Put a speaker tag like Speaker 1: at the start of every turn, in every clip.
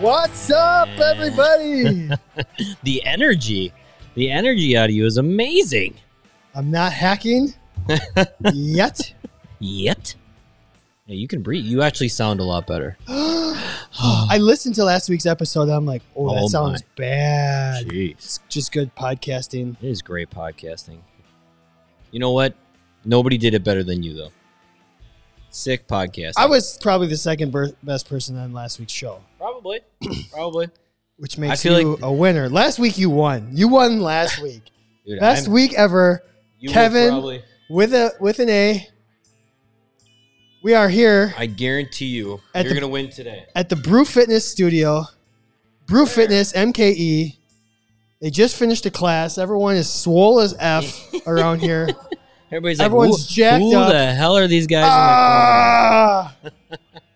Speaker 1: What's up, everybody?
Speaker 2: the energy, the energy out of you is amazing.
Speaker 1: I'm not hacking yet.
Speaker 2: Yet, yeah, you can breathe. You actually sound a lot better.
Speaker 1: I listened to last week's episode. I'm like, oh, that
Speaker 2: Oh,
Speaker 1: sounds bad.
Speaker 2: Jeez,
Speaker 1: It's just good podcasting.
Speaker 2: it is great podcasting. You know what? Nobody did it better than you, though. Sick podcast.
Speaker 1: I was probably the second ber- best person on last week's show,
Speaker 2: probably, probably.
Speaker 1: which makes
Speaker 2: feel
Speaker 1: you
Speaker 2: like-
Speaker 1: a winner. Last week you won. You won last week.
Speaker 2: Dude,
Speaker 1: Best
Speaker 2: I'm-
Speaker 1: week ever
Speaker 2: you will
Speaker 1: Kevin-
Speaker 2: probably-
Speaker 1: with a with an A. We are here
Speaker 2: I guarantee you,
Speaker 1: At
Speaker 2: you're
Speaker 1: the-
Speaker 2: gonna win today.
Speaker 1: at the Brew Fitness Studio, Brew Fitness MKE. They just finished a class. Everyone is swole as f around here.
Speaker 2: Everybody's
Speaker 1: Everyone's
Speaker 2: like, who,
Speaker 1: jacked
Speaker 2: who
Speaker 1: up.
Speaker 2: the hell are these guys? in the corner?
Speaker 1: Ah!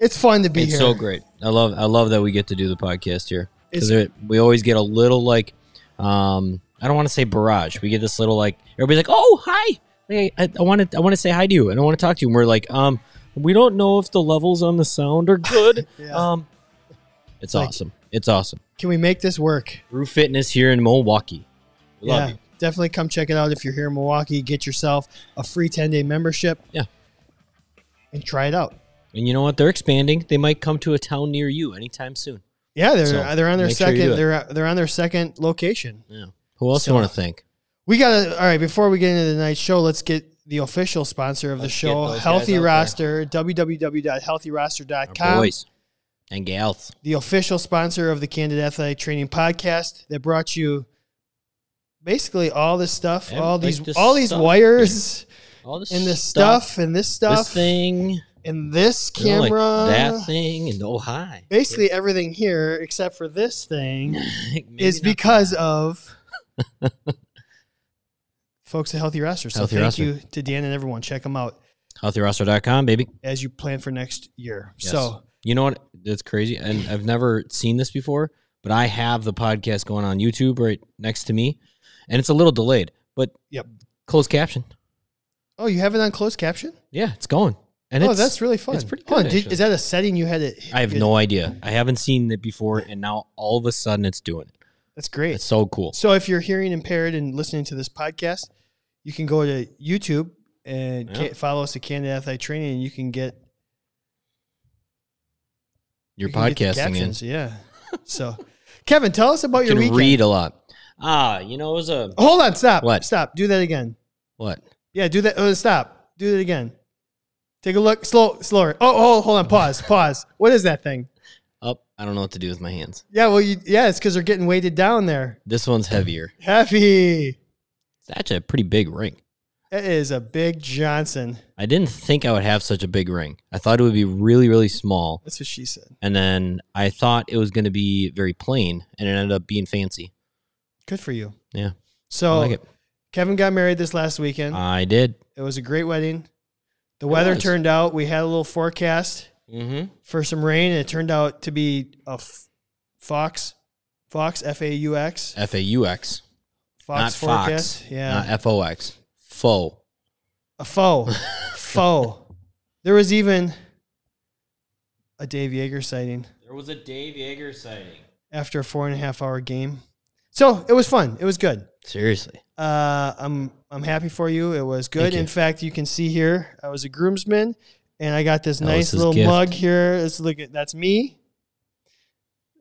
Speaker 1: it's fun to be
Speaker 2: it's
Speaker 1: here.
Speaker 2: so great. I love I love that we get to do the podcast here because
Speaker 1: It's-
Speaker 2: we always get a little like um I don't want to say barrage. We get this little like everybody's like, oh hi, hey, I want to I want to say hi to you and I want to talk to you. And we're like, um, we don't know if the levels on the sound are good.
Speaker 1: Yeah.
Speaker 2: um, it's
Speaker 1: Like-
Speaker 2: awesome. It's awesome.
Speaker 1: Can we make this work?
Speaker 2: Brew Fitness here in Milwaukee. We Love
Speaker 1: yeah,
Speaker 2: you.
Speaker 1: definitely come check it out if you're here in Milwaukee. Get yourself a free 10 day membership.
Speaker 2: Yeah.
Speaker 1: and try it out.
Speaker 2: And you know what? They're expanding. They might come to a town near you anytime soon.
Speaker 1: Yeah, they're
Speaker 2: So,
Speaker 1: they're on their
Speaker 2: make sure you
Speaker 1: second.
Speaker 2: do it.
Speaker 1: they're they're on their second location.
Speaker 2: Yeah. Who else do
Speaker 1: So-
Speaker 2: you want to thank?
Speaker 1: We gotta all right. Before we get into tonight's show, let's get the official sponsor of the
Speaker 2: Let's get
Speaker 1: show,
Speaker 2: those guys
Speaker 1: Healthy
Speaker 2: out there. Oh,
Speaker 1: Roster,
Speaker 2: Our
Speaker 1: www.healthyroster.com,
Speaker 2: boys and gals.
Speaker 1: the official sponsor of the Candid Athletic Training Podcast that brought you basically all this stuff,
Speaker 2: And,
Speaker 1: all
Speaker 2: like,
Speaker 1: these
Speaker 2: this
Speaker 1: all these
Speaker 2: stuff.
Speaker 1: wires
Speaker 2: All this
Speaker 1: and this stuff, and this stuff
Speaker 2: This thing.
Speaker 1: and this
Speaker 2: you know, like
Speaker 1: camera.
Speaker 2: that thing, and oh hi.
Speaker 1: Basically everything here except for this thing
Speaker 2: Maybe
Speaker 1: is
Speaker 2: not
Speaker 1: because of folks at Healthy Roster. So
Speaker 2: Healthy
Speaker 1: thank
Speaker 2: Roster.
Speaker 1: you to Dan and everyone. Check them out.
Speaker 2: healthyroster.com, baby.
Speaker 1: as you plan for next year.
Speaker 2: Yes.
Speaker 1: So
Speaker 2: You know what? That's crazy, and I've never seen this before. But I have the podcast going on YouTube right next to me, and it's a little delayed, but
Speaker 1: Yep.
Speaker 2: closed caption.
Speaker 1: Oh, you have it on closed caption?
Speaker 2: Yeah, it's going, and
Speaker 1: oh,
Speaker 2: it's
Speaker 1: that's really fun.
Speaker 2: it's pretty
Speaker 1: Hold
Speaker 2: good,
Speaker 1: on, did-
Speaker 2: actually.
Speaker 1: is that a setting you had it?
Speaker 2: I have
Speaker 1: you-
Speaker 2: no idea. I haven't seen it before, and now all of a sudden it's doing it.
Speaker 1: That's great.
Speaker 2: It's so cool.
Speaker 1: so if you're hearing impaired and listening to this podcast, you can go to YouTube and
Speaker 2: Yeah.
Speaker 1: ca- follow us at Candid Athlete Training, and you can get
Speaker 2: You're
Speaker 1: you can get the
Speaker 2: podcasting in.
Speaker 1: captions. Yeah. So, Kevin, tell us about
Speaker 2: You
Speaker 1: your
Speaker 2: can
Speaker 1: weekend.
Speaker 2: read a lot. Ah, you know, it was a
Speaker 1: Hold on, stop.
Speaker 2: What?
Speaker 1: Stop. Do that again.
Speaker 2: what?
Speaker 1: Yeah, do that. Oh, stop. Do that again. Take a look. Slow, slower. Oh, oh, hold on. Pause. Pause. What is that thing?
Speaker 2: Up? I don't know what to do with my hands.
Speaker 1: Yeah, well, you, yeah, it's because they're getting weighted down there.
Speaker 2: This one's heavier.
Speaker 1: Heavy.
Speaker 2: It's actually a pretty big ring.
Speaker 1: That is a big Johnson.
Speaker 2: I didn't think I would have such a big ring. I thought it would be really, really small.
Speaker 1: That's what she said.
Speaker 2: And then I thought it was going to be very plain, and it ended up being fancy.
Speaker 1: Good for you.
Speaker 2: Yeah.
Speaker 1: So
Speaker 2: I like it.
Speaker 1: Kevin got married this last weekend.
Speaker 2: I did.
Speaker 1: it was a great wedding. The weather
Speaker 2: was.
Speaker 1: turned out. We had a little forecast
Speaker 2: Mm-hmm.
Speaker 1: for some rain, and it turned out to be a f- fox, fox F A U X,
Speaker 2: F A U X, not
Speaker 1: fox
Speaker 2: Fox.
Speaker 1: forecast. Yeah,
Speaker 2: Not F O X. Faux.
Speaker 1: a foe, foe. There was even a Dave Yeager sighting.
Speaker 2: There was a Dave Yeager sighting.
Speaker 1: after a four and a half hour game. So it was fun. It was good.
Speaker 2: Seriously.
Speaker 1: Uh, I'm I'm happy for you. It was good.
Speaker 2: Thank you.
Speaker 1: In fact, you can see here I was a groomsman, and I got this nice
Speaker 2: Alice's
Speaker 1: little
Speaker 2: gift.
Speaker 1: mug here. Let's look at that's me.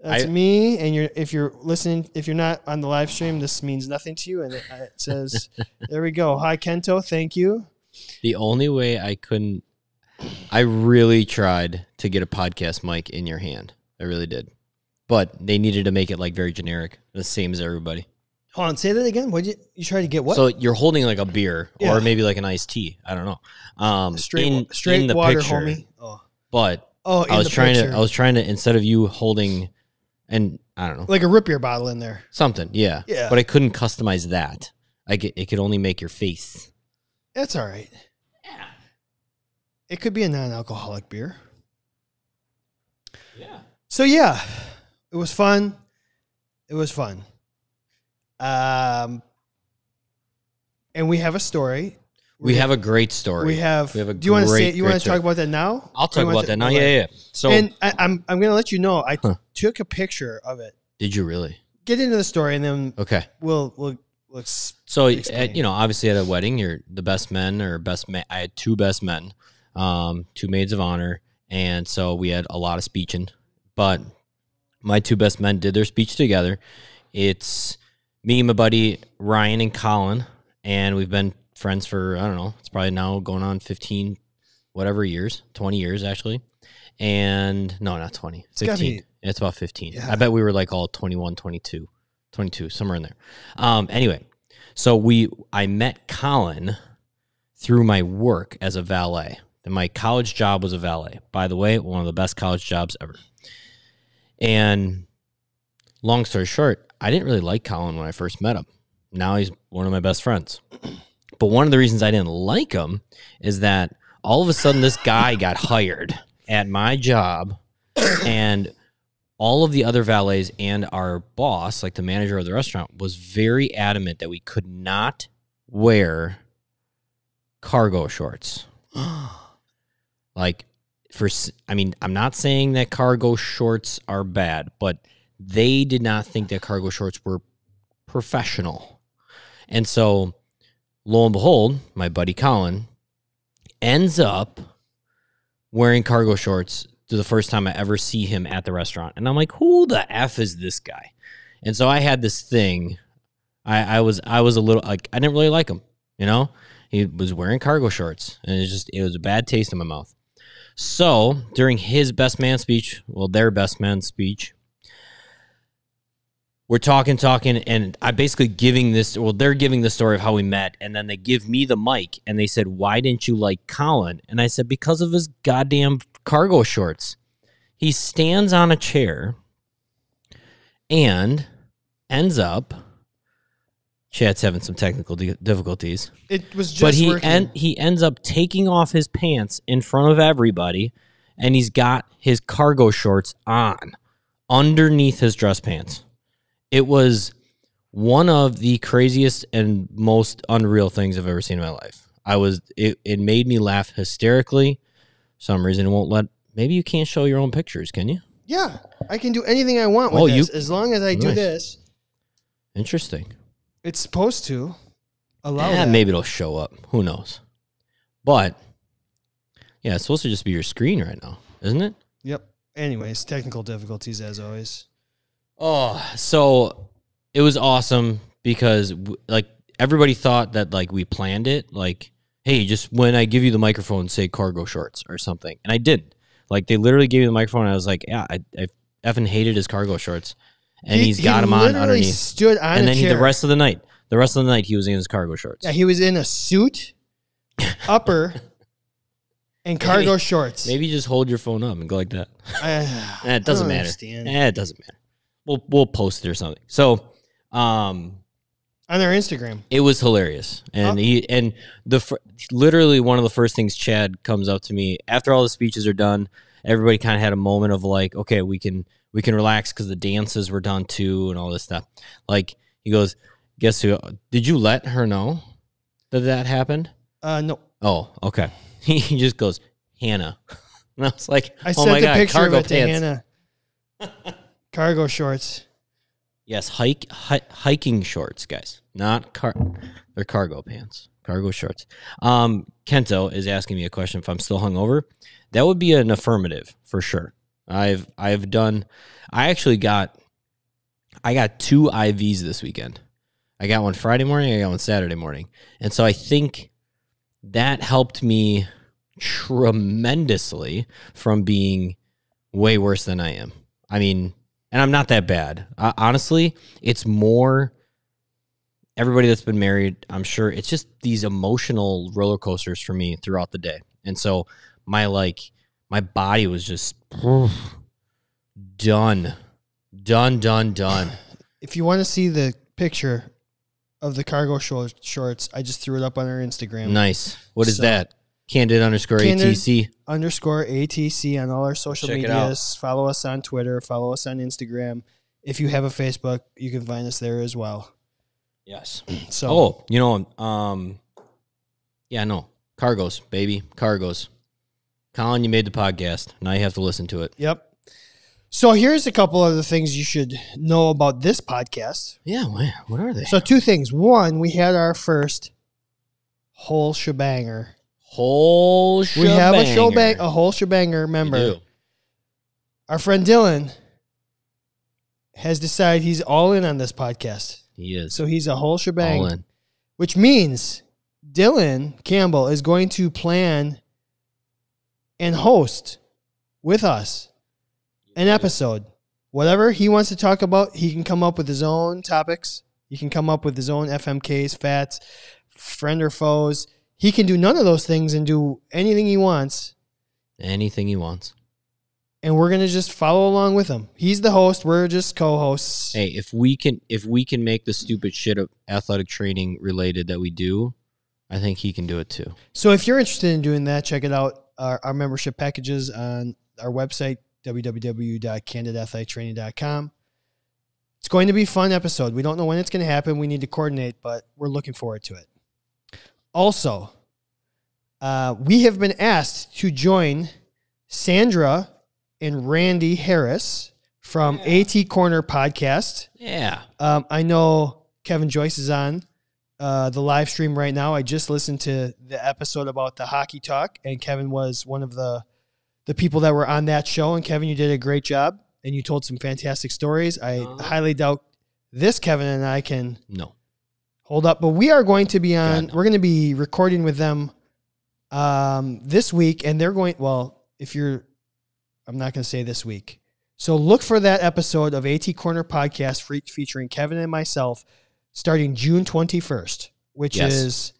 Speaker 1: That's
Speaker 2: I-
Speaker 1: me. And you're if you're listening, if you're not on the live stream, this means nothing to you. And it, it says, "There we go. Hi Kento, thank you."
Speaker 2: The only way I couldn't, I really tried to get a podcast mic in your hand. I really did. But they needed to make it like very generic, the same as everybody.
Speaker 1: Hold on, say that again. What you you try to get? What
Speaker 2: So you're holding like a beer
Speaker 1: Yeah.
Speaker 2: or maybe like an iced tea. I don't know. Um,
Speaker 1: straight
Speaker 2: in,
Speaker 1: straight
Speaker 2: in the
Speaker 1: water,
Speaker 2: picture,
Speaker 1: homie. Oh,
Speaker 2: But
Speaker 1: oh, in
Speaker 2: I was
Speaker 1: the
Speaker 2: trying
Speaker 1: picture.
Speaker 2: to. I was trying to instead of you holding, and I don't know
Speaker 1: like a root beer bottle in there.
Speaker 2: something. Yeah.
Speaker 1: Yeah.
Speaker 2: But I couldn't customize that. I get, it could only make your face.
Speaker 1: That's all right. It could be a non-alcoholic beer.
Speaker 2: Yeah.
Speaker 1: So yeah, it was fun. It was fun. Um, and we have a story.
Speaker 2: We have a great story.
Speaker 1: we have.
Speaker 2: we have a
Speaker 1: do you want to
Speaker 2: great,
Speaker 1: say? You
Speaker 2: great
Speaker 1: want to talk
Speaker 2: story.
Speaker 1: about that now?
Speaker 2: I'll
Speaker 1: Or you
Speaker 2: talk
Speaker 1: want
Speaker 2: about
Speaker 1: to-
Speaker 2: that now.
Speaker 1: okay.
Speaker 2: Yeah, yeah. yeah. So
Speaker 1: and I, I'm I'm gonna let you know. I
Speaker 2: Huh.
Speaker 1: took a picture of it.
Speaker 2: did you really?
Speaker 1: Get into the story, and then
Speaker 2: Okay.
Speaker 1: we'll we'll let's.
Speaker 2: So
Speaker 1: Explain.
Speaker 2: at, you know, obviously at a wedding, you're the best men or best. Ma- I had two best men, um, two maids of honor, and so we had a lot of speeching. But my two best men did their speech together. It's me and my buddy Ryan and Colin, and we've been friends for I don't know. It's probably now going on fifteen, whatever years, twenty years actually. And no, not 20,
Speaker 1: gotta
Speaker 2: 15.
Speaker 1: be-
Speaker 2: It's about 15.
Speaker 1: Yeah.
Speaker 2: I bet we were like all 21, 22, 22, somewhere in there. Um, anyway, so we I met Colin through my work as a valet. And my college job was a valet. By the way, one of the best college jobs ever. And long story short, I didn't really like Colin when I first met him. Now he's one of my best friends. But one of the reasons I didn't like him is that all of a sudden this guy got hired at my job and all of the other valets and our boss, like the manager of the restaurant, was very adamant that we could not wear cargo shorts. Like, for s- I mean, I'm not saying that cargo shorts are bad, but they did not think that cargo shorts were professional, and so lo and behold, my buddy Colin ends up wearing cargo shorts to the first time I ever see him at the restaurant. And I'm like, who the F is this guy? And so I had this thing. I, I was I was a little like I didn't really like him, you know? He was wearing cargo shorts and it's just it was a bad taste in my mouth. So during his best man speech, well their best man speech, we're talking, talking, and I basically giving this. Well, they're giving the story of how we met, and then they give me the mic, and they said, "Why didn't you like Colin?" And I said, "Because of his goddamn cargo shorts." He stands on a chair and ends up. Chad's having some technical di- difficulties
Speaker 1: It was just.
Speaker 2: but he
Speaker 1: working.
Speaker 2: en- he ends up taking off his pants in front of everybody, and he's got his cargo shorts on underneath his dress pants. It was one of the craziest and most unreal things I've ever seen in my life. I was it, it made me laugh hysterically. some reason it won't let. Maybe you can't show your own pictures, can you?
Speaker 1: Yeah, I can do anything I want with
Speaker 2: Oh,
Speaker 1: this
Speaker 2: you-
Speaker 1: as long as I do
Speaker 2: Nice.
Speaker 1: this.
Speaker 2: Interesting.
Speaker 1: It's supposed to allow.
Speaker 2: Yeah,
Speaker 1: that.
Speaker 2: maybe it'll show up. Who knows? But yeah, it's supposed to just be your screen right now, isn't it?
Speaker 1: Yep. Anyways, technical difficulties as always.
Speaker 2: Oh, so it was awesome because w- like everybody thought that like we planned it, like hey, just when I give you the microphone, say cargo shorts or something, and I didn't. Like they literally gave me the microphone, and I was like, yeah, I, I effing hated his cargo shorts, and
Speaker 1: he,
Speaker 2: he's got
Speaker 1: he
Speaker 2: him on
Speaker 1: literally
Speaker 2: underneath,
Speaker 1: Stood on
Speaker 2: and
Speaker 1: a
Speaker 2: then he,
Speaker 1: chair.
Speaker 2: the rest of the night, the rest of the night he was in his cargo shorts.
Speaker 1: Yeah, he was in a suit, upper, and cargo shorts.
Speaker 2: Maybe just hold your phone up and go like that.
Speaker 1: I- uh,
Speaker 2: Eh,
Speaker 1: I
Speaker 2: it doesn't
Speaker 1: don't
Speaker 2: matter.
Speaker 1: understand.
Speaker 2: Eh, it doesn't matter. We'll we'll post it or something. So, um,
Speaker 1: On their Instagram.
Speaker 2: It was hilarious, and
Speaker 1: Huh?
Speaker 2: he and the fir- literally one of the first things Chad comes up to me after all the speeches are done. Everybody kind of had a moment of like, okay, we can we can relax because the dances were done too, and all this stuff. Like he goes, guess who? Did you let her know that that happened?
Speaker 1: Uh, no,
Speaker 2: Oh, okay. He just goes, Hannah, and I was like,
Speaker 1: I
Speaker 2: oh
Speaker 1: sent
Speaker 2: my
Speaker 1: the
Speaker 2: god,
Speaker 1: picture
Speaker 2: cargo
Speaker 1: of it
Speaker 2: pants.
Speaker 1: to Hannah. cargo shorts.
Speaker 2: Yes, hike hi, hiking shorts, guys. Not car they're cargo pants. Cargo shorts. Um Kento is asking me a question if I'm still hungover. That would be an affirmative for sure. I've I've done I actually got I got two IVs this weekend. I got one Friday morning, I got one Saturday morning. And so I think that helped me tremendously from being way worse than I am. I mean, and I'm not that bad. Uh, honestly, it's more everybody that's been married, I'm sure it's just these emotional roller coasters for me throughout the day. And so my like my body was just done. Done, done, done.
Speaker 1: If you want to see the picture of the cargo shor- shorts, I just threw it up on our Instagram.
Speaker 2: Nice. What is
Speaker 1: So-
Speaker 2: that? Candid underscore
Speaker 1: Candid-
Speaker 2: ATC.
Speaker 1: underscore ATC on all our social
Speaker 2: Check it out.
Speaker 1: medias. Follow us on Twitter. Follow us on Instagram. If you have a Facebook, you can find us there as well.
Speaker 2: Yes.
Speaker 1: So
Speaker 2: Oh, you know, um, Yeah, no. Cargos, baby. Cargos. Colin, you made the podcast. Now you have to listen to it.
Speaker 1: Yep. So here's a couple other things you should know about this podcast.
Speaker 2: Yeah, wha- what are they?
Speaker 1: So two things. One, we had our first whole shebanger.
Speaker 2: whole
Speaker 1: We have a show
Speaker 2: shebanger.
Speaker 1: bang, oh, a whole shebanger
Speaker 2: We
Speaker 1: member.
Speaker 2: do.
Speaker 1: Our friend Dylan has decided he's all in on this podcast.
Speaker 2: He is.
Speaker 1: So he's a whole shebang.
Speaker 2: all in.
Speaker 1: which means Dylan Campbell is going to plan and host with us an episode. Whatever he wants to talk about, he can come up with his own topics. He can come up with his own FMKs, fats, friend or foes. He can do none of those things and do anything he wants.
Speaker 2: Anything he wants.
Speaker 1: And we're going to just follow along with him. He's the host. We're just co hosts.
Speaker 2: Hey, if we can if we can make the stupid shit of athletic training related that we do, I think he can do it too.
Speaker 1: So if you're interested in doing that, check it out. Our, our membership packages on our website, www.candidathletictraining.com. It's going to be a fun episode. We don't know when it's going to happen. We need to coordinate, but we're looking forward to it. Also, uh, we have been asked to join Sandra and Randy Harris from AT Corner Podcast.
Speaker 2: Yeah.
Speaker 1: Um, I know Kevin Joyce is on uh, the live stream right now. I just listened to the episode about the hockey talk, and Kevin was one of the the people that were on that show. And Kevin, you did a great job, and you told some fantastic stories. I
Speaker 2: Uh-huh.
Speaker 1: highly doubt this Kevin and I can
Speaker 2: No.
Speaker 1: hold up, but we are going to be on.
Speaker 2: God, no.
Speaker 1: We're going to be recording with them um, this week, and they're going. Well, if you're, I'm not going to say this week. So look for that episode of AT Corner podcast fe- featuring Kevin and myself, starting June 21st, which
Speaker 2: Yes.
Speaker 1: is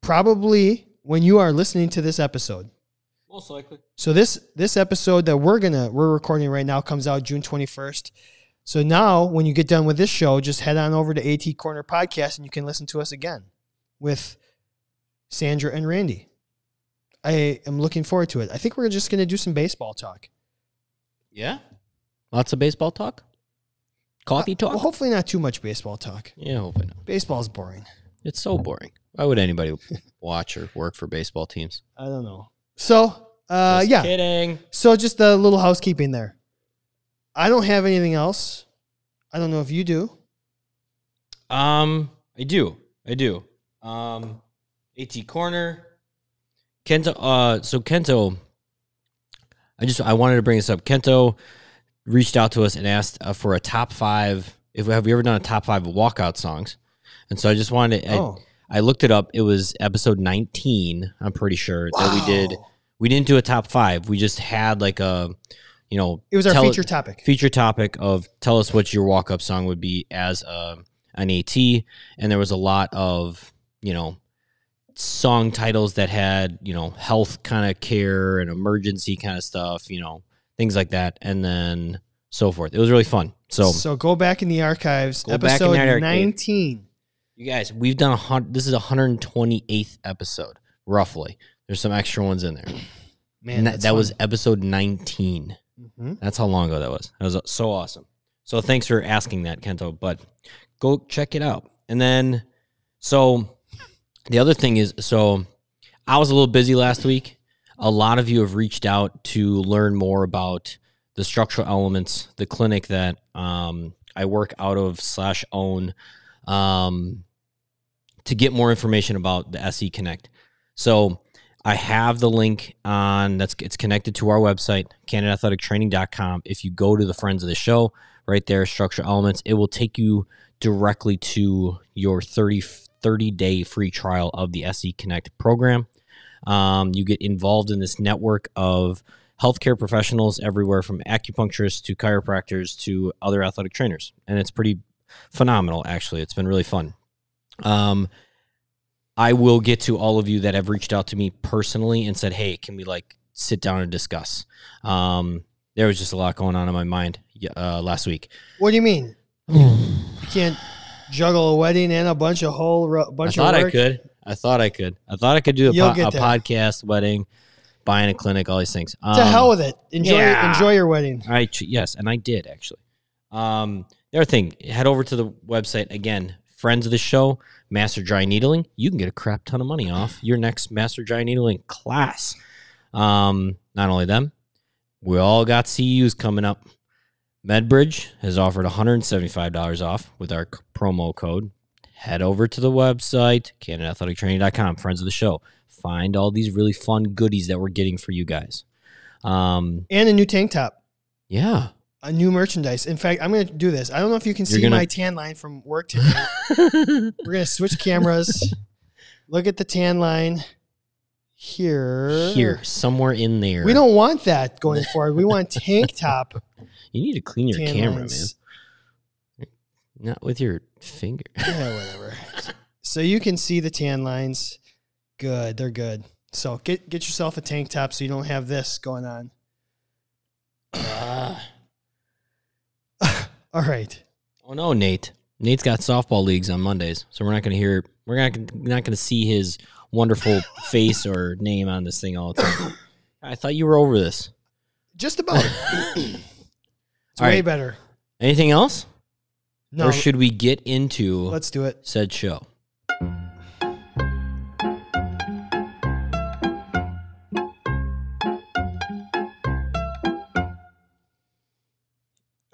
Speaker 1: probably when you are listening to this episode.
Speaker 2: Most likely.
Speaker 1: So this this episode that we're gonna we're recording right now comes out June twenty first. So now when you get done with this show, just head on over to AT Corner Podcast and you can listen to us again with Sandra and Randy. I am looking forward to it. I think we're just gonna do some baseball talk.
Speaker 2: Yeah. Lots of baseball talk? Coffee talk?
Speaker 1: Uh, Well, hopefully not too much baseball talk.
Speaker 2: yeah, hopefully not.
Speaker 1: Baseball's boring.
Speaker 2: It's so boring. Why would anybody watch or work for baseball teams?
Speaker 1: I don't know. So uh,
Speaker 2: Just
Speaker 1: yeah.
Speaker 2: Kidding.
Speaker 1: So just a little housekeeping there. I don't have anything else. I don't know if you do.
Speaker 2: Um, I do. I do. Um, AT corner. Kento. Uh, so Kento. I just I wanted to bring this up. Kento reached out to us and asked uh, for a top five. If have we ever done a top five walkout songs? And so I just wanted. To,
Speaker 1: oh,
Speaker 2: I, I looked it up. It was episode nineteen. I'm pretty sure that we did.
Speaker 1: Wow.
Speaker 2: We didn't do a top five. We just had like a, you know,
Speaker 1: It was our
Speaker 2: tell-
Speaker 1: feature topic.
Speaker 2: feature topic of tell us what your walk up song would be as a, an AT. And there was a lot of, you know, song titles that had, you know, health kind of care and emergency kind of stuff, you know, things like that. And then so forth. It was really fun. So,
Speaker 1: go back in the archives,
Speaker 2: Go back in
Speaker 1: episode
Speaker 2: that archive.
Speaker 1: 19.
Speaker 2: you guys, we've done a hundred, this is a 128th episode, roughly. There's some extra ones in there.
Speaker 1: Man,
Speaker 2: And that, that was episode 19.
Speaker 1: hmm
Speaker 2: That's how long ago that was. That was uh, so awesome. So thanks for asking that, Kento. But go check it out. And then, so the other thing is, so I was a little busy last week. A lot of you have reached out to learn more about the structural elements, the clinic that um, I work out of slash own, um, to get more information about the SE Connect. So I have the link on that's it's connected to our website, CanadaAthleticTraining.com. If you go to the friends of the show, right there, structure elements, it will take you directly to your 30 30 day free trial of the SE Connect program. Um, you get involved in this network of healthcare professionals everywhere from acupuncturists to chiropractors to other athletic trainers. And it's pretty phenomenal, actually. It's been really fun. Um, I will get to all of you that have reached out to me personally and said, "Hey, can we like sit down and discuss?" Um, there was just a lot going on in my mind uh, last week.
Speaker 1: What do you mean? You can't juggle a wedding and a bunch of whole ro-
Speaker 2: I
Speaker 1: bunch
Speaker 2: thought
Speaker 1: of
Speaker 2: I
Speaker 1: work.
Speaker 2: could. I thought I could. I thought I could do a,
Speaker 1: You'll
Speaker 2: po-
Speaker 1: get
Speaker 2: a
Speaker 1: there.
Speaker 2: podcast, wedding, buying a clinic, all these things.
Speaker 1: To
Speaker 2: Um,
Speaker 1: hell with it. Enjoy
Speaker 2: yeah.
Speaker 1: enjoy your wedding.
Speaker 2: I ch- yes, and I did actually. Um, the other thing, head over to the website again. friends of the show, Master Dry Needling, you can get a crap ton of money off your next Master Dry Needling class. Um, not only them, we all got CUs coming up. MedBridge has offered $175 off with our c- promo code. Head over to the website, CanadaAthleticTraining.com, friends of the show. Find all these really fun goodies that we're getting for you guys. Um,
Speaker 1: and a new tank top,
Speaker 2: yeah.
Speaker 1: a new merchandise. In fact, I'm going to do this. I don't know if you can
Speaker 2: You're
Speaker 1: see
Speaker 2: gonna-
Speaker 1: my tan line from work today. We're going to switch cameras. Look at the tan line here.
Speaker 2: Here, somewhere in there.
Speaker 1: We don't want that going forward. We want tank top
Speaker 2: You need to clean your
Speaker 1: tan
Speaker 2: camera,
Speaker 1: lines.
Speaker 2: man. Not with your finger.
Speaker 1: Yeah, whatever. so you can see the tan lines. Good, they're good. So get get yourself a tank top so you don't have this going on. Ah. All right.
Speaker 2: Oh no, Nate. Nate's got softball leagues on Mondays, so we're not going to hear. We're not gonna, not going to see his wonderful face or name on this thing all the time. I thought you were over this.
Speaker 1: Just about. it's
Speaker 2: All
Speaker 1: way
Speaker 2: right.
Speaker 1: better.
Speaker 2: Anything else,
Speaker 1: No,
Speaker 2: or should we get into
Speaker 1: let's do it.
Speaker 2: said show?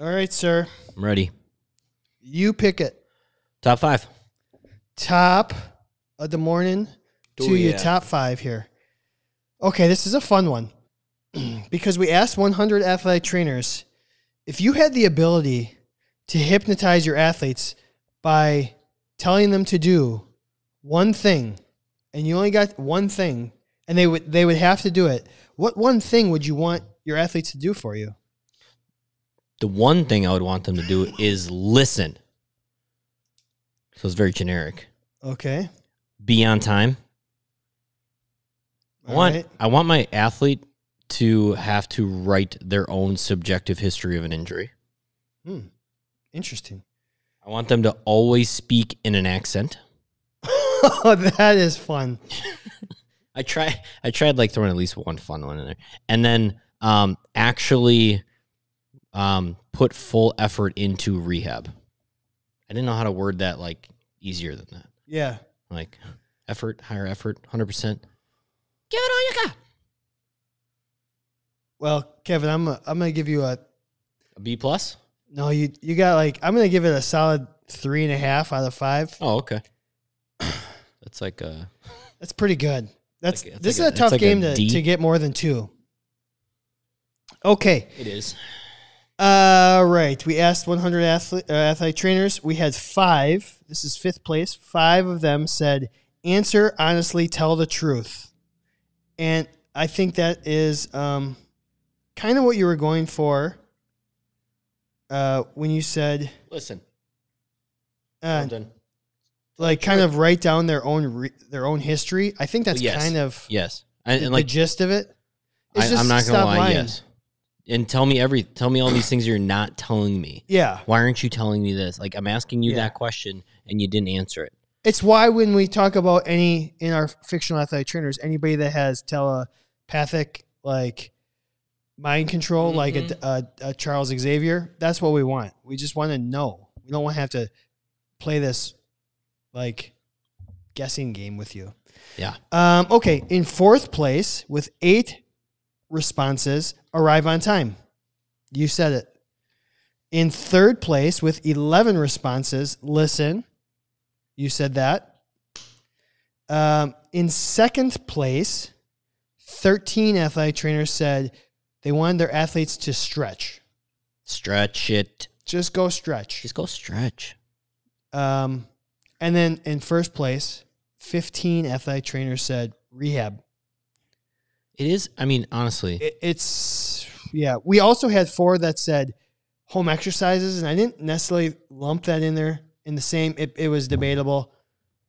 Speaker 1: All right, sir.
Speaker 2: I'm ready.
Speaker 1: You pick it.
Speaker 2: Top five.
Speaker 1: Top of the morning to
Speaker 2: Oh,
Speaker 1: your
Speaker 2: yeah.
Speaker 1: top five here. Okay, this is a fun one because we asked 100 athletic trainers if you had the ability to hypnotize your athletes by telling them to do one thing, and you only got one thing, and they would they would have to do it. What one thing would you want your athletes to do for you?
Speaker 2: The one thing I would want them to do is listen. So it's very generic.
Speaker 1: Okay,
Speaker 2: Be on time. I
Speaker 1: all
Speaker 2: want
Speaker 1: right.
Speaker 2: I want my athlete to have to write their own subjective history of an injury.
Speaker 1: Hmm. interesting.
Speaker 2: I want them to always speak in an accent.
Speaker 1: Oh, that is fun.
Speaker 2: I try I tried like throwing at least one fun one in there. And then um actually um put full effort into rehab. I didn't know how to word that like easier than that.
Speaker 1: Yeah.
Speaker 2: Like effort, higher effort, 100%. Give it all you got.
Speaker 1: Well, Kevin, I'm i I'm gonna give you a
Speaker 2: A B plus?
Speaker 1: no. You you got like I'm gonna give it a solid three and a half out of five.
Speaker 2: Oh, okay. That's like uh, a
Speaker 1: That's pretty good. That's
Speaker 2: Like, it's
Speaker 1: this is
Speaker 2: like a-
Speaker 1: a,
Speaker 2: it's
Speaker 1: tough
Speaker 2: like a
Speaker 1: game to,
Speaker 2: D.
Speaker 1: to get more than two. Okay,
Speaker 2: it is.
Speaker 1: all right. We asked 100 athlete, uh, athletic trainers. We had five. This is fifth place. Five of them said, "Answer honestly, tell the truth," and I think that is um, kind of what you were going for uh, when you said.
Speaker 2: Listen.
Speaker 1: Uh,
Speaker 2: I'm done.
Speaker 1: like kind of write down their own re- their own history. I think that's
Speaker 2: Yes.
Speaker 1: kind of
Speaker 2: Yes. And,
Speaker 1: the,
Speaker 2: and like
Speaker 1: gist of it. It's
Speaker 2: I,
Speaker 1: just
Speaker 2: I'm not gonna
Speaker 1: stop
Speaker 2: lie.
Speaker 1: lying.
Speaker 2: Yes, and tell me every tell me all these things you're not telling me.
Speaker 1: Yeah,
Speaker 2: Why aren't you telling me this? Like I'm asking you
Speaker 1: Yeah.
Speaker 2: that question and you didn't answer it.
Speaker 1: it's why when we talk about any in our fictional athletic trainers, anybody that has telepathic like mind control, like a, a, a Charles Xavier, that's what we want. We just want to know. We don't want to have to play this like guessing game with you.
Speaker 2: Yeah.
Speaker 1: Um, okay, in fourth place with eight responses, arrive on time. You said it. In third place with 11 responses, listen. You said that. Um, in second place, 13 athletic trainers said they wanted their athletes to stretch.
Speaker 2: Stretch it.
Speaker 1: Just go stretch.
Speaker 2: Just go stretch.
Speaker 1: Um, and then in first place, 15 athletic trainers said rehab.
Speaker 2: It is. I mean, honestly,
Speaker 1: it, it's yeah. We also had four that said home exercises, and I didn't necessarily lump that in there in the same. It, it was debatable.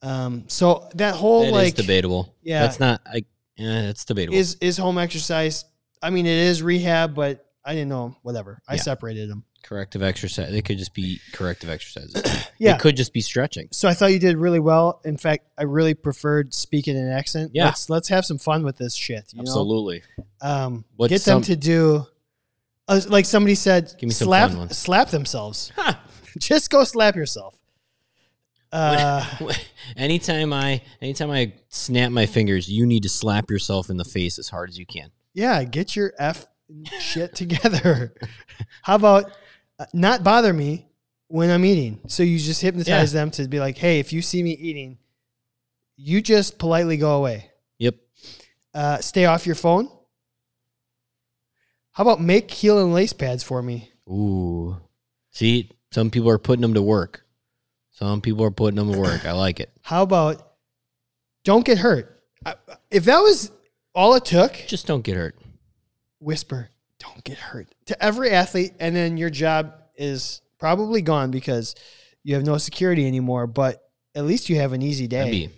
Speaker 1: Um, so that
Speaker 2: that
Speaker 1: whole
Speaker 2: is
Speaker 1: like
Speaker 2: debatable.
Speaker 1: yeah.
Speaker 2: that's not. I. Yeah, it's debatable.
Speaker 1: is is home exercise. I mean, it is rehab, but I didn't know. Whatever, I
Speaker 2: Yeah.
Speaker 1: separated them.
Speaker 2: corrective exercise. It could just be corrective exercises.
Speaker 1: Yeah.
Speaker 2: It could just be stretching.
Speaker 1: So I thought you did really well. In fact, I really preferred speaking in accent.
Speaker 2: Yeah.
Speaker 1: let's, let's have some fun with this shit. You know?
Speaker 2: Absolutely.
Speaker 1: um,
Speaker 2: What's
Speaker 1: get
Speaker 2: some-
Speaker 1: them to do uh, like somebody said
Speaker 2: Give me some
Speaker 1: slap
Speaker 2: fun ones.
Speaker 1: slap themselves
Speaker 2: Ha!
Speaker 1: just go slap yourself Uh,
Speaker 2: anytime I anytime I snap my fingers, you need to slap yourself in the face as hard as you can.
Speaker 1: yeah, get your f shit together. How about uh, not bother me when I'm eating? So you just hypnotize them to be like, hey, if you see me eating, you just politely go away.
Speaker 2: Yep.
Speaker 1: Uh, stay off your phone. How about make heel and lace pads for me?
Speaker 2: Ooh. See, some people are putting them to work. Some people are putting them to work. I like it.
Speaker 1: How about don't get hurt? I- If that was all it took,
Speaker 2: Just don't get hurt.
Speaker 1: whisper, don't get hurt to every athlete. And then your job is probably gone because you have no security anymore, but at least you have an easy day.
Speaker 2: That'd be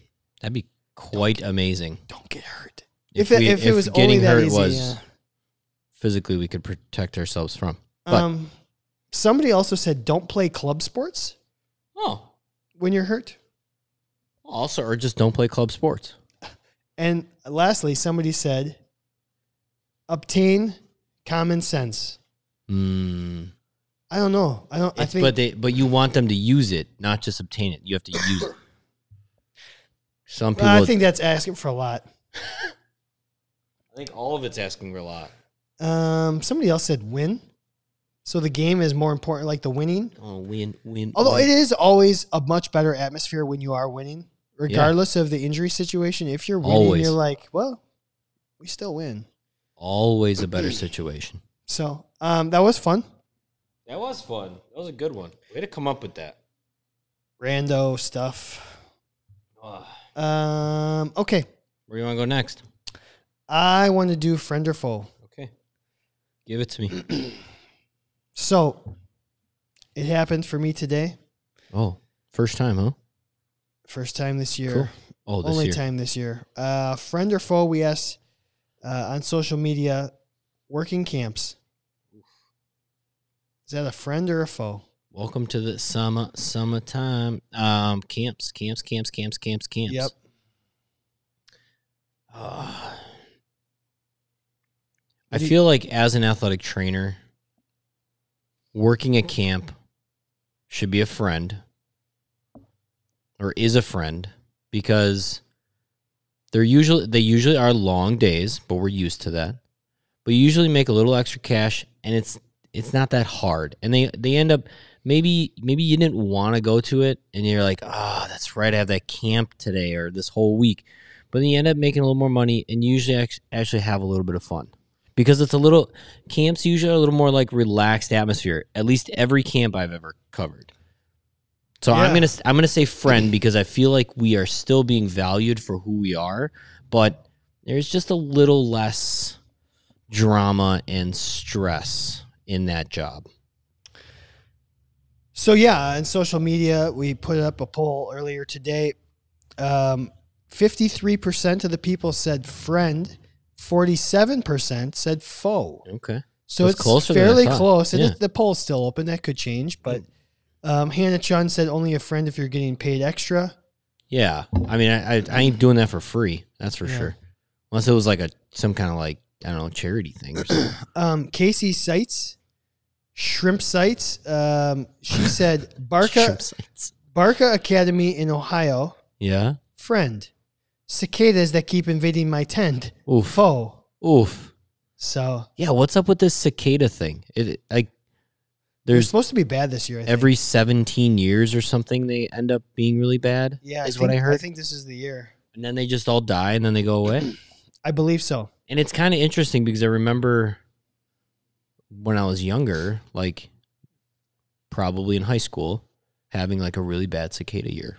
Speaker 2: that'd be quite amazing.
Speaker 1: don't get hurt. If
Speaker 2: If,
Speaker 1: it-
Speaker 2: we,
Speaker 1: if
Speaker 2: if,
Speaker 1: it was only
Speaker 2: getting
Speaker 1: that
Speaker 2: hurt
Speaker 1: easy,
Speaker 2: was
Speaker 1: yeah.
Speaker 2: physically we could protect ourselves from. But-
Speaker 1: um, somebody also said don't play club sports
Speaker 2: Oh.
Speaker 1: when you're hurt.
Speaker 2: Also, or just don't play club sports.
Speaker 1: And lastly, somebody said obtain common sense.
Speaker 2: Mm.
Speaker 1: I don't know. I don't. I
Speaker 2: It's-
Speaker 1: think
Speaker 2: but they but you want them to use it, not just obtain it. You have to use it. Some people,
Speaker 1: I think that's asking for a lot.
Speaker 2: I think all of it's asking for a lot.
Speaker 1: Um, somebody else said win. So the game is more important, like the winning.
Speaker 2: Oh, win, win.
Speaker 1: Although
Speaker 2: win.
Speaker 1: it is always a much better atmosphere when you are winning, regardless of the injury situation. If you're winning,
Speaker 2: Always.
Speaker 1: you're like, well, we still win.
Speaker 2: always a better situation.
Speaker 1: So um, that was fun.
Speaker 2: That was fun. That was a good one. Way to come up with that.
Speaker 1: Rando stuff. Um, okay.
Speaker 2: Where do you want to go next?
Speaker 1: I want to do friend or foe.
Speaker 2: Okay, give it to me.
Speaker 1: So it happened for me today.
Speaker 2: Oh, first time, huh?
Speaker 1: First time this year.
Speaker 2: Cool. Oh, this
Speaker 1: only
Speaker 2: year.
Speaker 1: time this year. Uh, friend or foe, we asked uh, on social media working camps. Is that a friend or a foe?
Speaker 2: Welcome to the summer summertime. Um, camps, camps, camps, camps, camps, camps.
Speaker 1: Yep.
Speaker 2: Ah. I
Speaker 1: What do you-
Speaker 2: feel like as an athletic trainer, working a camp should be a friend or is a friend because they're usually they usually are long days, but we're used to that. But you usually make a little extra cash and it's it's not that hard. And they they end up maybe maybe you didn't want to go to it and you're like, "Ah, that's right. I have that camp today or this whole week." but then you end up making a little more money and you usually act- actually have a little bit of fun because it's a little camps usually are a little more like relaxed atmosphere at least every camp i've ever covered so i'm
Speaker 1: Yeah.
Speaker 2: gonna s- i'm gonna say friend because i feel like we are still being valued for who we are but there's just a little less drama and stress in that job
Speaker 1: So yeah, on social media, we put up a poll earlier today. Um, 53% of the people said friend, 47% said foe.
Speaker 2: okay
Speaker 1: So
Speaker 2: That's
Speaker 1: it's
Speaker 2: closer than I
Speaker 1: fairly
Speaker 2: thought.
Speaker 1: close. And
Speaker 2: Yeah. Mm.
Speaker 1: it- the poll's still open. That could change. But um, Hannah Chun said only a friend if you're getting paid extra.
Speaker 2: yeah i mean i i, I ain't doing that for free that's for
Speaker 1: Yeah.
Speaker 2: sure unless it was like a some kind of like i don't know charity thing or something
Speaker 1: Um, Casey Sites, Shrimp Sites, um, she said Barca, Barca Academy in Ohio,
Speaker 2: Yeah.
Speaker 1: friend. Cicadas that keep invading my tent,
Speaker 2: Oof.
Speaker 1: foe.
Speaker 2: Oof.
Speaker 1: So
Speaker 2: Yeah. What's up with this cicada thing? It it- like
Speaker 1: it's
Speaker 2: there's
Speaker 1: supposed to be bad this year. I think.
Speaker 2: every 17 years or something they end up being really bad.
Speaker 1: yeah,
Speaker 2: is
Speaker 1: I
Speaker 2: what
Speaker 1: think-
Speaker 2: I heard.
Speaker 1: I think this is the year.
Speaker 2: and then they just all die and then they go away.
Speaker 1: I believe so.
Speaker 2: And it's kind of interesting because I remember when I was younger, like probably in high school, having like a really bad cicada year.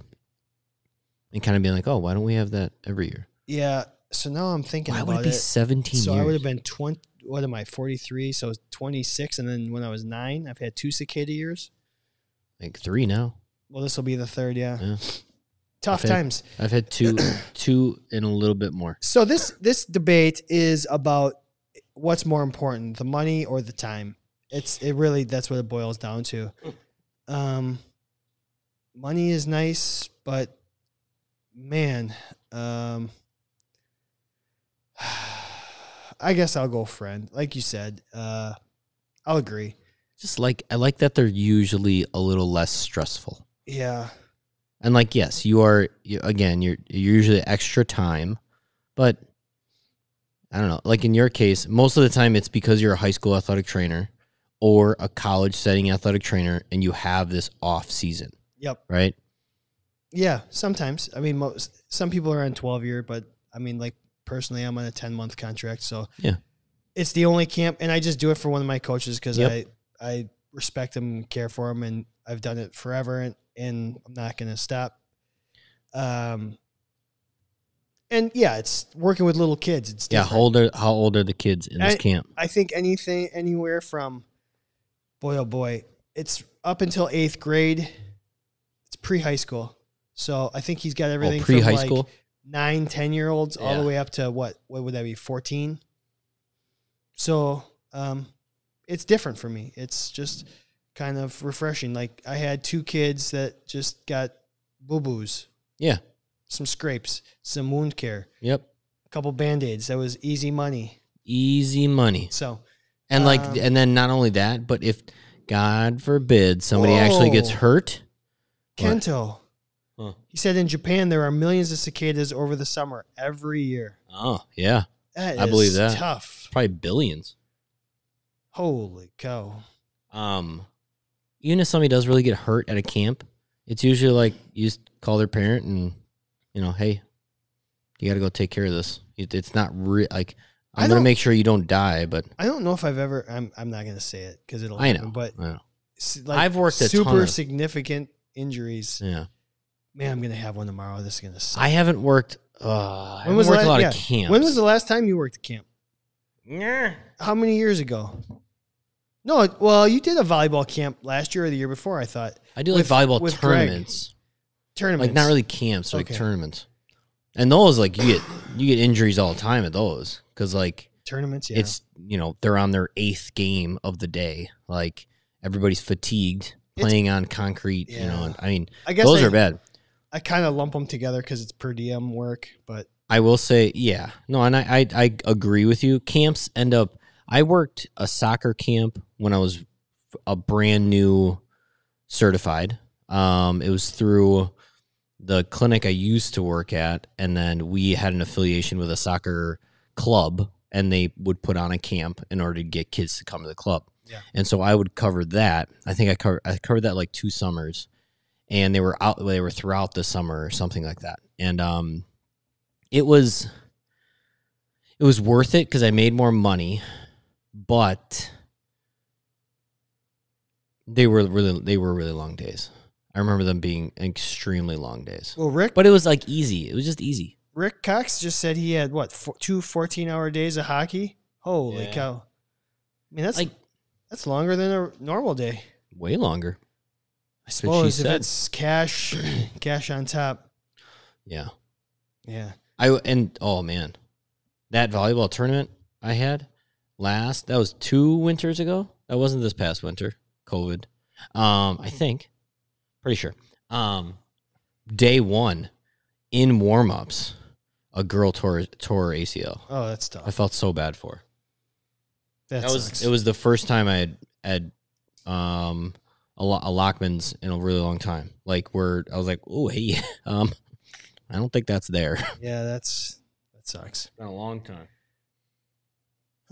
Speaker 2: And kind of being like, oh, why don't we have that every year?
Speaker 1: Yeah. So now I'm thinking
Speaker 2: Why
Speaker 1: about
Speaker 2: would it be 17
Speaker 1: So I
Speaker 2: years?
Speaker 1: would have been 20, what am I, 43? So 26. And then when I was nine, I've had two cicada years.
Speaker 2: like three now.
Speaker 1: Well, this will be the third, yeah.
Speaker 2: Yeah.
Speaker 1: Tough
Speaker 2: I've had-
Speaker 1: times.
Speaker 2: I've had two, two, and a little bit more.
Speaker 1: So this this debate is about what's more important, the money or the time. It's it really that's what it boils down to. Um, money is nice, but man, um, I guess I'll go friend. Like you said, uh, I'll agree.
Speaker 2: Just like I like that they're usually a little less stressful.
Speaker 1: Yeah,
Speaker 2: I And like, yes, you are. You, again, you're, you're usually extra time, but I don't know. Like in your case, most of the time it's because you're a high school athletic trainer or a college setting athletic trainer, and you have this off season,
Speaker 1: Yep.
Speaker 2: right?
Speaker 1: Yeah, sometimes. I mean, most some people are on twelve year, but I mean, like personally, I'm on a ten month contract, so
Speaker 2: Yeah.
Speaker 1: it's the only camp, and I just do it for one of my coaches because
Speaker 2: Yep.
Speaker 1: I I respect him, and care for him, and I've done it forever, and, and I'm not gonna stop. Um, and yeah, it's working with little kids. It's
Speaker 2: Yeah.
Speaker 1: different.
Speaker 2: How old are how old are the kids in this
Speaker 1: I-
Speaker 2: camp?
Speaker 1: I think anything anywhere from boy oh boy, it's up until eighth grade. It's pre high school. So I think he's got everything
Speaker 2: Oh, pre high
Speaker 1: from like
Speaker 2: school.
Speaker 1: nine, ten year olds all
Speaker 2: Yeah.
Speaker 1: the way up to what what would that be, fourteen? So um it's different for me. It's just kind of refreshing. Like I had two kids that just got boo boos,
Speaker 2: Yeah.
Speaker 1: some scrapes, some wound care,
Speaker 2: Yep.
Speaker 1: a couple band aids. That was easy money.
Speaker 2: Easy money.
Speaker 1: So
Speaker 2: And like,
Speaker 1: Um,
Speaker 2: and then not only that, but if God forbid somebody actually gets
Speaker 1: Whoa.
Speaker 2: hurt, What?
Speaker 1: Kento.
Speaker 2: Huh.
Speaker 1: He said in Japan there are millions of cicadas over the summer every year.
Speaker 2: oh yeah,
Speaker 1: That
Speaker 2: I
Speaker 1: is
Speaker 2: believe that.
Speaker 1: tough.
Speaker 2: probably billions.
Speaker 1: Holy cow.
Speaker 2: Um, even if somebody does really get hurt at a camp, it's usually like you just call their parent and you know, hey, you got to go take care of this. It, it's not re- like
Speaker 1: I
Speaker 2: I'm gonna
Speaker 1: don't-
Speaker 2: make sure you don't die, but
Speaker 1: I don't know if I've ever I'm I'm not going to say it cuz it'll
Speaker 2: I
Speaker 1: happen,
Speaker 2: know,
Speaker 1: but
Speaker 2: I know.
Speaker 1: s- like
Speaker 2: I've worked a
Speaker 1: super
Speaker 2: ton of-
Speaker 1: significant injuries.
Speaker 2: yeah.
Speaker 1: Man, I'm going to have one tomorrow. This is going to suck.
Speaker 2: I haven't worked. Uh, I haven't
Speaker 1: was the
Speaker 2: worked a
Speaker 1: la-
Speaker 2: lot of
Speaker 1: yeah.
Speaker 2: camps.
Speaker 1: When was the last time you worked a camp?
Speaker 2: the?
Speaker 1: How many years ago? No, it- well, you did a volleyball camp last year or the year before, I thought.
Speaker 2: I do like
Speaker 1: With-
Speaker 2: volleyball
Speaker 1: with Greg.
Speaker 2: tournaments.
Speaker 1: Tournaments.
Speaker 2: like not really camps, like
Speaker 1: Okay.
Speaker 2: tournaments. And those like you get you get injuries all the time at those because like
Speaker 1: tournaments, yeah.
Speaker 2: it's you know they're on their eighth game of the day. Like everybody's fatigued
Speaker 1: It's-
Speaker 2: playing on concrete. You know,
Speaker 1: Yeah.
Speaker 2: and, I mean
Speaker 1: I guess
Speaker 2: those
Speaker 1: I,
Speaker 2: are bad.
Speaker 1: I kind of lump them together cuz it's per diem work, but
Speaker 2: I will say, yeah, no, and I, I I agree with you. Camps end up. I worked a soccer camp when I was a brand new certified. Um, it was through the clinic I used to work at, and then we had an affiliation with a soccer club, and they would put on a camp in order to get kids to come to the club.
Speaker 1: Yeah.
Speaker 2: And so I would cover that. I think I covered I covered that like two summers, and they were out. They were throughout the summer or something like that, and um it was it was worth it because I made more money, but they were really they were really long days. I remember them being extremely long days.
Speaker 1: well, Rick
Speaker 2: But it was like easy. It was just easy.
Speaker 1: Rick Cox just said he had what four, two 14 hour days of hockey. Holy
Speaker 2: Yeah.
Speaker 1: cow! I mean that's
Speaker 2: Like
Speaker 1: that's longer than a normal day.
Speaker 2: way longer.
Speaker 1: I
Speaker 2: what she
Speaker 1: suppose if
Speaker 2: said.
Speaker 1: it's cash, cash on top.
Speaker 2: Yeah.
Speaker 1: Yeah,
Speaker 2: I and oh man. That volleyball tournament I had last that was two winters ago. That wasn't this past winter. COVID. Um, I think. Pretty sure. Um day one in warm ups, a girl tore tore her ACL.
Speaker 1: oh that's
Speaker 2: I
Speaker 1: tough.
Speaker 2: felt so bad for her.
Speaker 1: That,
Speaker 2: That
Speaker 1: sucks.
Speaker 2: was it was the first time I had, had um a, lo- a Lockman's in a really long time. Like where I was like, oh hey, um, I don't think that's there.
Speaker 1: yeah, that's that sucks.
Speaker 2: Been a long time.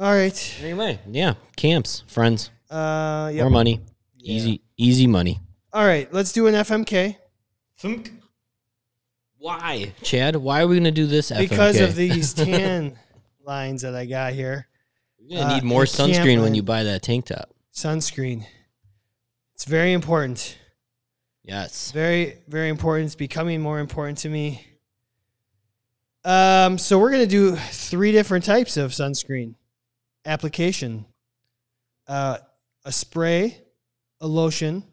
Speaker 1: All right.
Speaker 2: Anyway, yeah, camps, friends,
Speaker 1: Uh,
Speaker 2: more
Speaker 1: yep.
Speaker 2: money,
Speaker 1: Yeah.
Speaker 2: easy, easy money.
Speaker 1: All right, let's do an FMK
Speaker 2: Why, Chad? Why are we gonna do this?
Speaker 1: because
Speaker 2: FMK?
Speaker 1: of these tan lines that I got here.
Speaker 2: You're gonna
Speaker 1: uh,
Speaker 2: need more
Speaker 1: the camp
Speaker 2: sunscreen when
Speaker 1: line.
Speaker 2: you buy that tank top.
Speaker 1: Sunscreen. It's very important. It's
Speaker 2: Yes.
Speaker 1: very very important it's becoming more important to me um so we're going to do three different types of sunscreen application uh a spray a lotion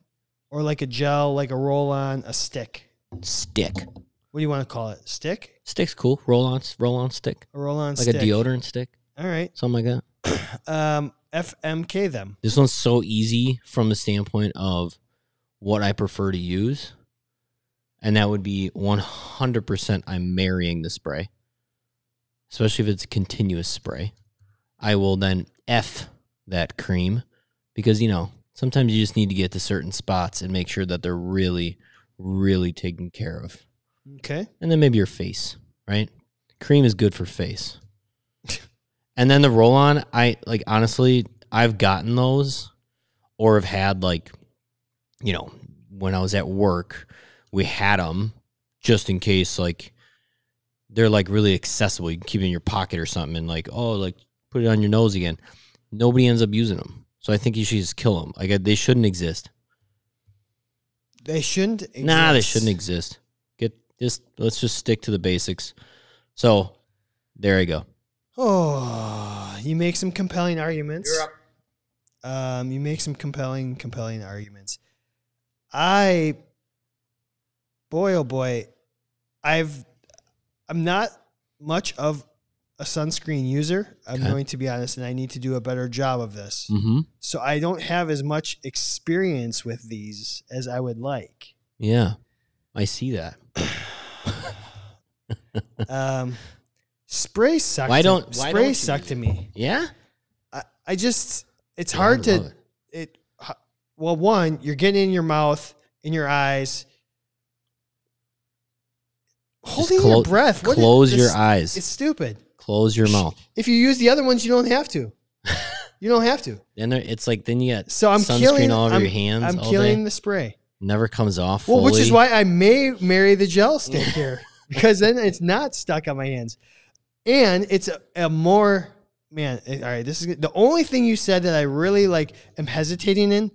Speaker 1: or like a gel like a roll on a stick
Speaker 2: Stick.
Speaker 1: what do you want to call it stick
Speaker 2: Stick's cool. Roll on, roll on stick.
Speaker 1: a roll on
Speaker 2: Like
Speaker 1: stick
Speaker 2: a deodorant stick,
Speaker 1: all right
Speaker 2: something like that.
Speaker 1: um fmk them
Speaker 2: This one's so easy from the standpoint of what I prefer to use. And that would be 100% I'm marrying the spray, especially if it's a continuous spray. I will then F that cream because, you know, sometimes you just need to get to certain spots and make sure that they're really, really taken care of.
Speaker 1: Okay.
Speaker 2: And then maybe your face, right? Cream is good for face. and then the roll on, I like honestly, I've gotten those or have had like, you know, when I was at work, we had them just in case like they're like really accessible. You can keep it in your pocket or something and like, oh, like put it on your nose again. Nobody ends up using them. So I think you should just kill them. Like I- they shouldn't exist.
Speaker 1: They shouldn't. Exist.
Speaker 2: Nah, they shouldn't exist. Get just let's just stick to the basics. So there you go.
Speaker 1: Oh, you make some compelling arguments. Um, you make some compelling, compelling arguments. I, boy, oh boy, I've, I'm not much of a sunscreen user. I'm
Speaker 2: Okay.
Speaker 1: going to be honest, and I need to do a better job of this.
Speaker 2: Mm-hmm.
Speaker 1: So I don't have as much experience with these as I would like.
Speaker 2: Yeah. I see that.
Speaker 1: Um, spray sucked.
Speaker 2: Why don't- why
Speaker 1: spray
Speaker 2: don't you
Speaker 1: sucked to
Speaker 2: use
Speaker 1: me?
Speaker 2: Yeah?
Speaker 1: I, I just it's
Speaker 2: Yeah, I
Speaker 1: hard to
Speaker 2: love
Speaker 1: it. h- Well, one, you're getting in your mouth, in your eyes, holding
Speaker 2: clo-
Speaker 1: your breath. What is-
Speaker 2: Close your
Speaker 1: it's- It's
Speaker 2: eyes.
Speaker 1: stupid.
Speaker 2: Close your
Speaker 1: Sh-
Speaker 2: mouth.
Speaker 1: If you use the other ones, you don't have to. you don't have to.
Speaker 2: Then there, it's like then you got
Speaker 1: So I'm
Speaker 2: sunscreen
Speaker 1: killing.
Speaker 2: all over
Speaker 1: I'm,
Speaker 2: your hands.
Speaker 1: I'm
Speaker 2: all
Speaker 1: killing
Speaker 2: Day.
Speaker 1: the spray.
Speaker 2: Never comes off.
Speaker 1: Well, which is why
Speaker 2: fully.
Speaker 1: I may marry the gel stick here because then it's not stuck on my hands, and it's a, a more man. eh, All right, this is the only thing you said that I really like. Am hesitating in.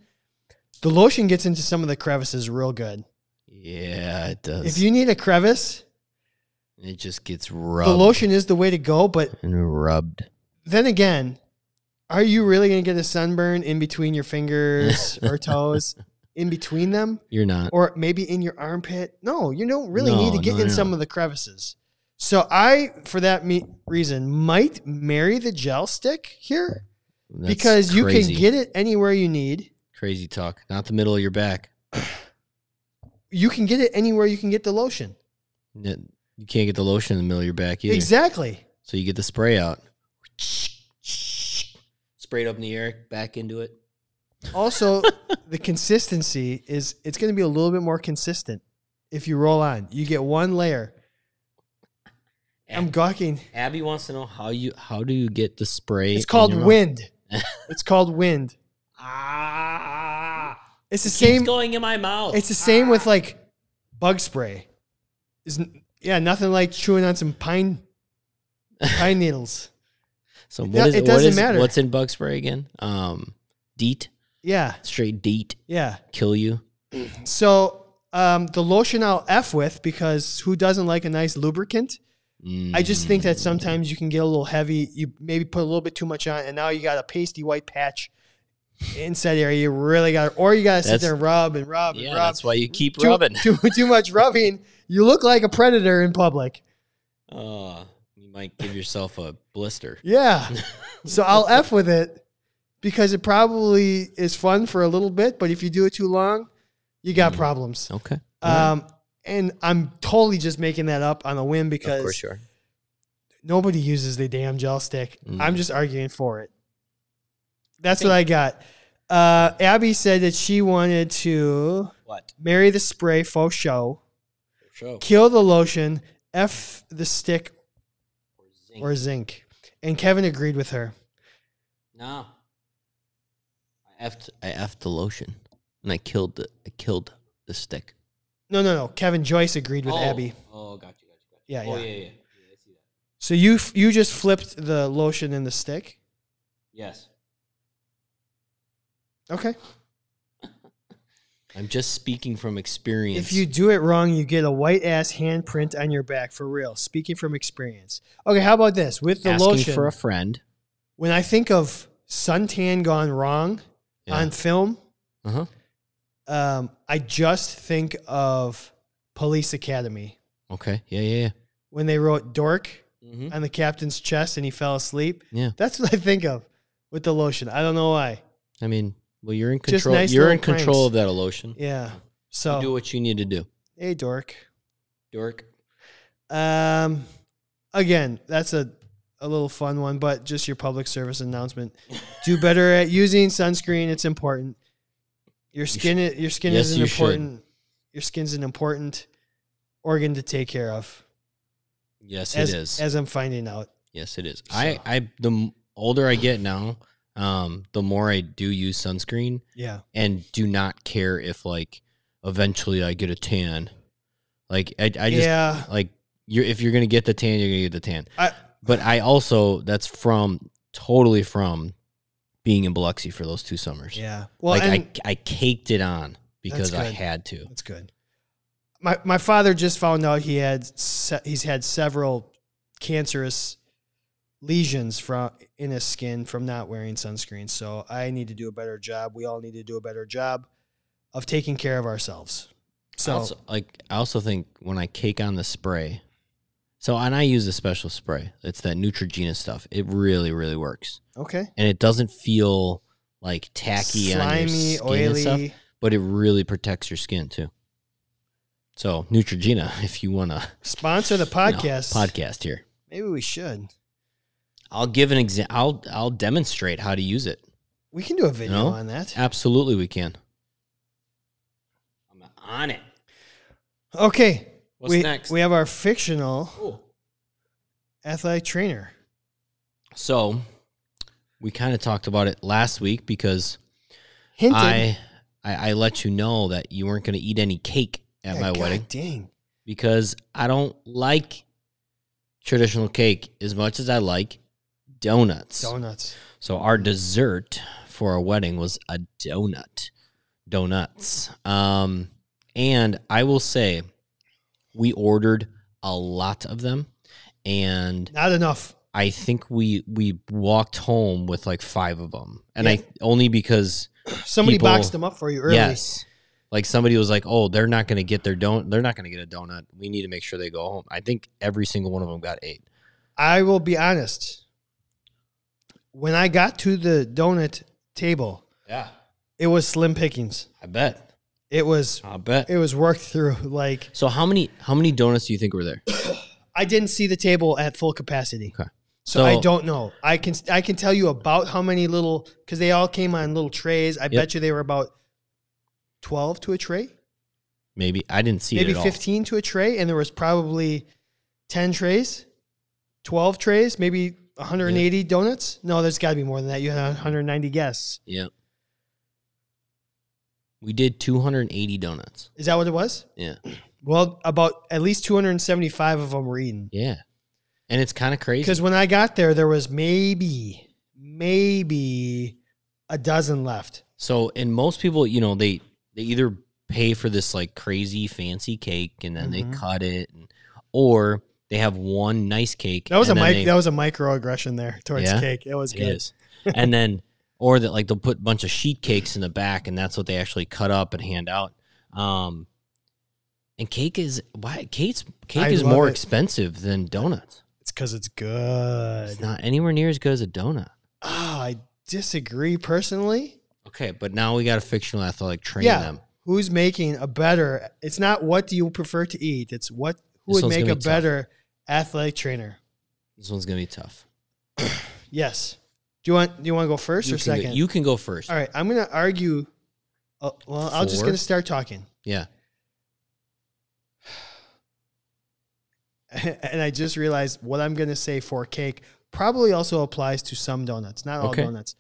Speaker 1: The lotion gets into some of the crevices real good.
Speaker 2: Yeah, it does.
Speaker 1: If you need a crevice,
Speaker 2: it just gets
Speaker 1: the
Speaker 2: rubbed
Speaker 1: lotion is the way to go. But
Speaker 2: and rubbed.
Speaker 1: then again, are you really going to get a sunburn in between your fingers or toes, in between them?
Speaker 2: You're not.
Speaker 1: or maybe in your armpit. No, you don't really
Speaker 2: No,
Speaker 1: need to get
Speaker 2: no,
Speaker 1: in
Speaker 2: no.
Speaker 1: some of the crevices. So I, for that me- reason, might marry the gel stick here
Speaker 2: That's
Speaker 1: because you
Speaker 2: crazy.
Speaker 1: can get it anywhere you need.
Speaker 2: crazy talk. Not the middle of your back.
Speaker 1: You can get it anywhere you can get the lotion.
Speaker 2: N- You can't get the lotion in the middle of your back either.
Speaker 1: Exactly.
Speaker 2: So you get the spray out. Sprayed up in the air, back into it.
Speaker 1: Also, the consistency is it's going to be a little bit more consistent if you roll on. You get one layer. I'm gawking.
Speaker 2: Abby wants to know how you how do you get the spray?
Speaker 1: It's called
Speaker 2: in your mouth?
Speaker 1: wind. It's called wind.
Speaker 2: Ah,
Speaker 1: It's the same.
Speaker 2: keeps going in my mouth.
Speaker 1: It's the same with like bug spray. Is yeah, nothing like chewing on some pine pine needles.
Speaker 2: So
Speaker 1: it
Speaker 2: what
Speaker 1: do-
Speaker 2: is-
Speaker 1: it
Speaker 2: what
Speaker 1: doesn't
Speaker 2: is-
Speaker 1: matter.
Speaker 2: What's in bug spray again? Um, DEET,
Speaker 1: Yeah,
Speaker 2: straight DEET,
Speaker 1: yeah.
Speaker 2: kill you.
Speaker 1: So um, the lotion I'll f with because who doesn't like a nice lubricant? I just think that
Speaker 2: Mm.
Speaker 1: sometimes you can get a little heavy. You maybe put a little bit too much on, and now you got a pasty white patch inside the area. You really got, or you got to sit
Speaker 2: That's-
Speaker 1: there and rub and rub
Speaker 2: yeah,
Speaker 1: and rub.
Speaker 2: that's why you keep
Speaker 1: Too-
Speaker 2: rubbing.
Speaker 1: Too, too much rubbing. You look like a predator in public.
Speaker 2: Oh, you might give yourself a blister.
Speaker 1: Yeah. so I'll F with it because it probably is fun for a little bit, but if you do it too long, you got
Speaker 2: Mm.
Speaker 1: problems.
Speaker 2: Okay.
Speaker 1: Um, and I'm totally just making that up on a whim
Speaker 2: of course
Speaker 1: because
Speaker 2: you are.
Speaker 1: nobody uses the damn gel stick.
Speaker 2: Mm.
Speaker 1: I'm just arguing for it. That's what I got. Uh, Abby said that she wanted to
Speaker 2: What?
Speaker 1: marry the spray faux show,
Speaker 2: Show.
Speaker 1: kill the lotion, F the stick
Speaker 2: Zinc.
Speaker 1: or zinc. And Kevin agreed with her.
Speaker 2: No. I effed I effed the lotion. And I killed the I killed the stick.
Speaker 1: No, no, no. Kevin Joyce agreed with Abby.
Speaker 2: Oh, gotcha, gotcha, gotcha.
Speaker 1: Yeah, yeah.
Speaker 2: yeah, yeah.
Speaker 1: So you f- you just flipped the lotion and the stick.
Speaker 2: Yes.
Speaker 1: Okay.
Speaker 2: I'm just speaking from experience.
Speaker 1: If you do it wrong, you get a white ass handprint on your back for real. Speaking from experience. Okay, how about this with the
Speaker 2: asking
Speaker 1: lotion?
Speaker 2: for a friend.
Speaker 1: when I think of suntan gone wrong on film,
Speaker 2: uh-huh.
Speaker 1: um, I just think of Police Academy
Speaker 2: Okay. Yeah, yeah,
Speaker 1: when they wrote "dork"
Speaker 2: yeah. Mm-hmm.
Speaker 1: on the captain's chest and he fell asleep.
Speaker 2: Yeah.
Speaker 1: That's what I think of with the lotion. I don't know why.
Speaker 2: I mean, well, you're in
Speaker 1: Just
Speaker 2: control.
Speaker 1: nice
Speaker 2: you're in
Speaker 1: little
Speaker 2: control
Speaker 1: pranks.
Speaker 2: of that lotion.
Speaker 1: Yeah.
Speaker 2: You do
Speaker 1: So
Speaker 2: what you need to do.
Speaker 1: hey, dork.
Speaker 2: Dork.
Speaker 1: Um, again, that's a a little fun one, but just your public service announcement: do better at using sunscreen. It's important. Your skin, i- your skin
Speaker 2: Yes,
Speaker 1: is an
Speaker 2: you should.
Speaker 1: important. your skin's an important organ to take care of.
Speaker 2: Yes,
Speaker 1: as,
Speaker 2: it is.
Speaker 1: As I'm finding out.
Speaker 2: yes, it is.
Speaker 1: So-
Speaker 2: I, I, the m- older I get now, um, the more I do use sunscreen
Speaker 1: Yeah.
Speaker 2: and do not care if like eventually I get a tan. Like I, I just
Speaker 1: yeah.
Speaker 2: like you if you're gonna get the tan, you're gonna get the tan.
Speaker 1: I-
Speaker 2: but I also that's from totally from being in Biloxi for those two summers.
Speaker 1: Yeah. Well, and
Speaker 2: like I, I caked it on because I
Speaker 1: good.
Speaker 2: had to.
Speaker 1: that's good. My my father just found out he had se- he's had several cancerous lesions from in his skin from not wearing sunscreen. So I need to do a better job. We all need to do a better job of taking care of ourselves. So
Speaker 2: also, like I also think when I cake on the spray, so and I use a special spray. It's that Neutrogena stuff. It really really works,
Speaker 1: okay,
Speaker 2: and it doesn't feel like tacky on your skin and stuff. but it really protects your skin too. So Neutrogena, if you want to
Speaker 1: Sponsor the podcast.
Speaker 2: podcast here,
Speaker 1: Maybe we should.
Speaker 2: I'll give an example. I'll I'll demonstrate how to use it.
Speaker 1: We can do a video
Speaker 2: No?
Speaker 1: on that.
Speaker 2: Absolutely, we can. I'm on it.
Speaker 1: Okay.
Speaker 2: What's
Speaker 1: we,
Speaker 2: next?
Speaker 1: We have our fictional athletic trainer.
Speaker 2: So we kind of talked about it last week because
Speaker 1: Hinted.
Speaker 2: I, I I let you know that you weren't going to eat any cake at
Speaker 1: Yeah,
Speaker 2: my
Speaker 1: God
Speaker 2: wedding
Speaker 1: Dang.
Speaker 2: because I don't like traditional cake as much as I like donuts.
Speaker 1: Donuts.
Speaker 2: So our dessert for our wedding was a donut, donuts. Um, and I will say, we ordered a lot of them, and
Speaker 1: Not enough.
Speaker 2: I think we we walked home with like five of them, and
Speaker 1: Yeah.
Speaker 2: I only because
Speaker 1: Somebody
Speaker 2: People-
Speaker 1: boxed them up for you early.
Speaker 2: yes. Like somebody was like, "Oh, they're not going to get their don't. They're not going to get a donut. We need to make sure they go home." I think every single one of them got eight.
Speaker 1: I will be honest. When I got to the donut table,
Speaker 2: Yeah,
Speaker 1: it was slim pickings.
Speaker 2: I bet.
Speaker 1: It was
Speaker 2: I bet.
Speaker 1: it was worked through. Like
Speaker 2: So how many how many donuts do you think were there?
Speaker 1: I didn't see the table at full capacity.
Speaker 2: Okay.
Speaker 1: So, I don't know. I can I can tell you about how many little because they all came on little trays. I bet you they were about twelve to a tray,
Speaker 2: Maybe I didn't see
Speaker 1: maybe
Speaker 2: it at
Speaker 1: fifteen to a tray, and there was probably ten trays, twelve trays, maybe one hundred and eighty donuts. No, there's got to be more than that. You had one hundred and ninety guests.
Speaker 2: all. Yeah. We did 280 donuts.
Speaker 1: Is that what it was?
Speaker 2: Yeah.
Speaker 1: Well, about at least two hundred and seventy-five of them were eaten.
Speaker 2: Yeah. And it's kind of crazy.
Speaker 1: Because when I got there, there was maybe maybe a dozen left.
Speaker 2: So, and most people, you know, they they either pay for this like crazy fancy cake and then
Speaker 1: Mhm.
Speaker 2: they cut it and, or they have one nice cake.
Speaker 1: That was
Speaker 2: and
Speaker 1: a
Speaker 2: then
Speaker 1: mic-
Speaker 2: they-
Speaker 1: that was a microaggression there towards
Speaker 2: Yeah?
Speaker 1: cake. It was
Speaker 2: It
Speaker 1: good.
Speaker 2: is. and then or that like they'll put a bunch of sheet cakes in the back and that's what they actually cut up and hand out um and cake is why cake's cake
Speaker 1: I
Speaker 2: is
Speaker 1: love
Speaker 2: more
Speaker 1: it.
Speaker 2: expensive than donuts
Speaker 1: It's because it's good.
Speaker 2: it's not anywhere near as good as a donut
Speaker 1: Ah, I disagree personally.
Speaker 2: okay but now we got a fictional athletic train
Speaker 1: Yeah.
Speaker 2: them
Speaker 1: Who's making a better? It's not what do you prefer to eat. It's what who
Speaker 2: This
Speaker 1: would
Speaker 2: one's
Speaker 1: make
Speaker 2: gonna
Speaker 1: a
Speaker 2: be tough.
Speaker 1: better athletic trainer.
Speaker 2: this one's gonna be tough
Speaker 1: Yes. Do you want do you want to go first
Speaker 2: you
Speaker 1: or
Speaker 2: can go-
Speaker 1: second?
Speaker 2: you can go first
Speaker 1: All right, I'm gonna argue. Uh, well, i I'm just
Speaker 2: Four.
Speaker 1: gonna start talking,
Speaker 2: yeah
Speaker 1: and I just realized what I'm gonna say for cake probably also applies to some donuts, not all
Speaker 2: Okay.
Speaker 1: donuts.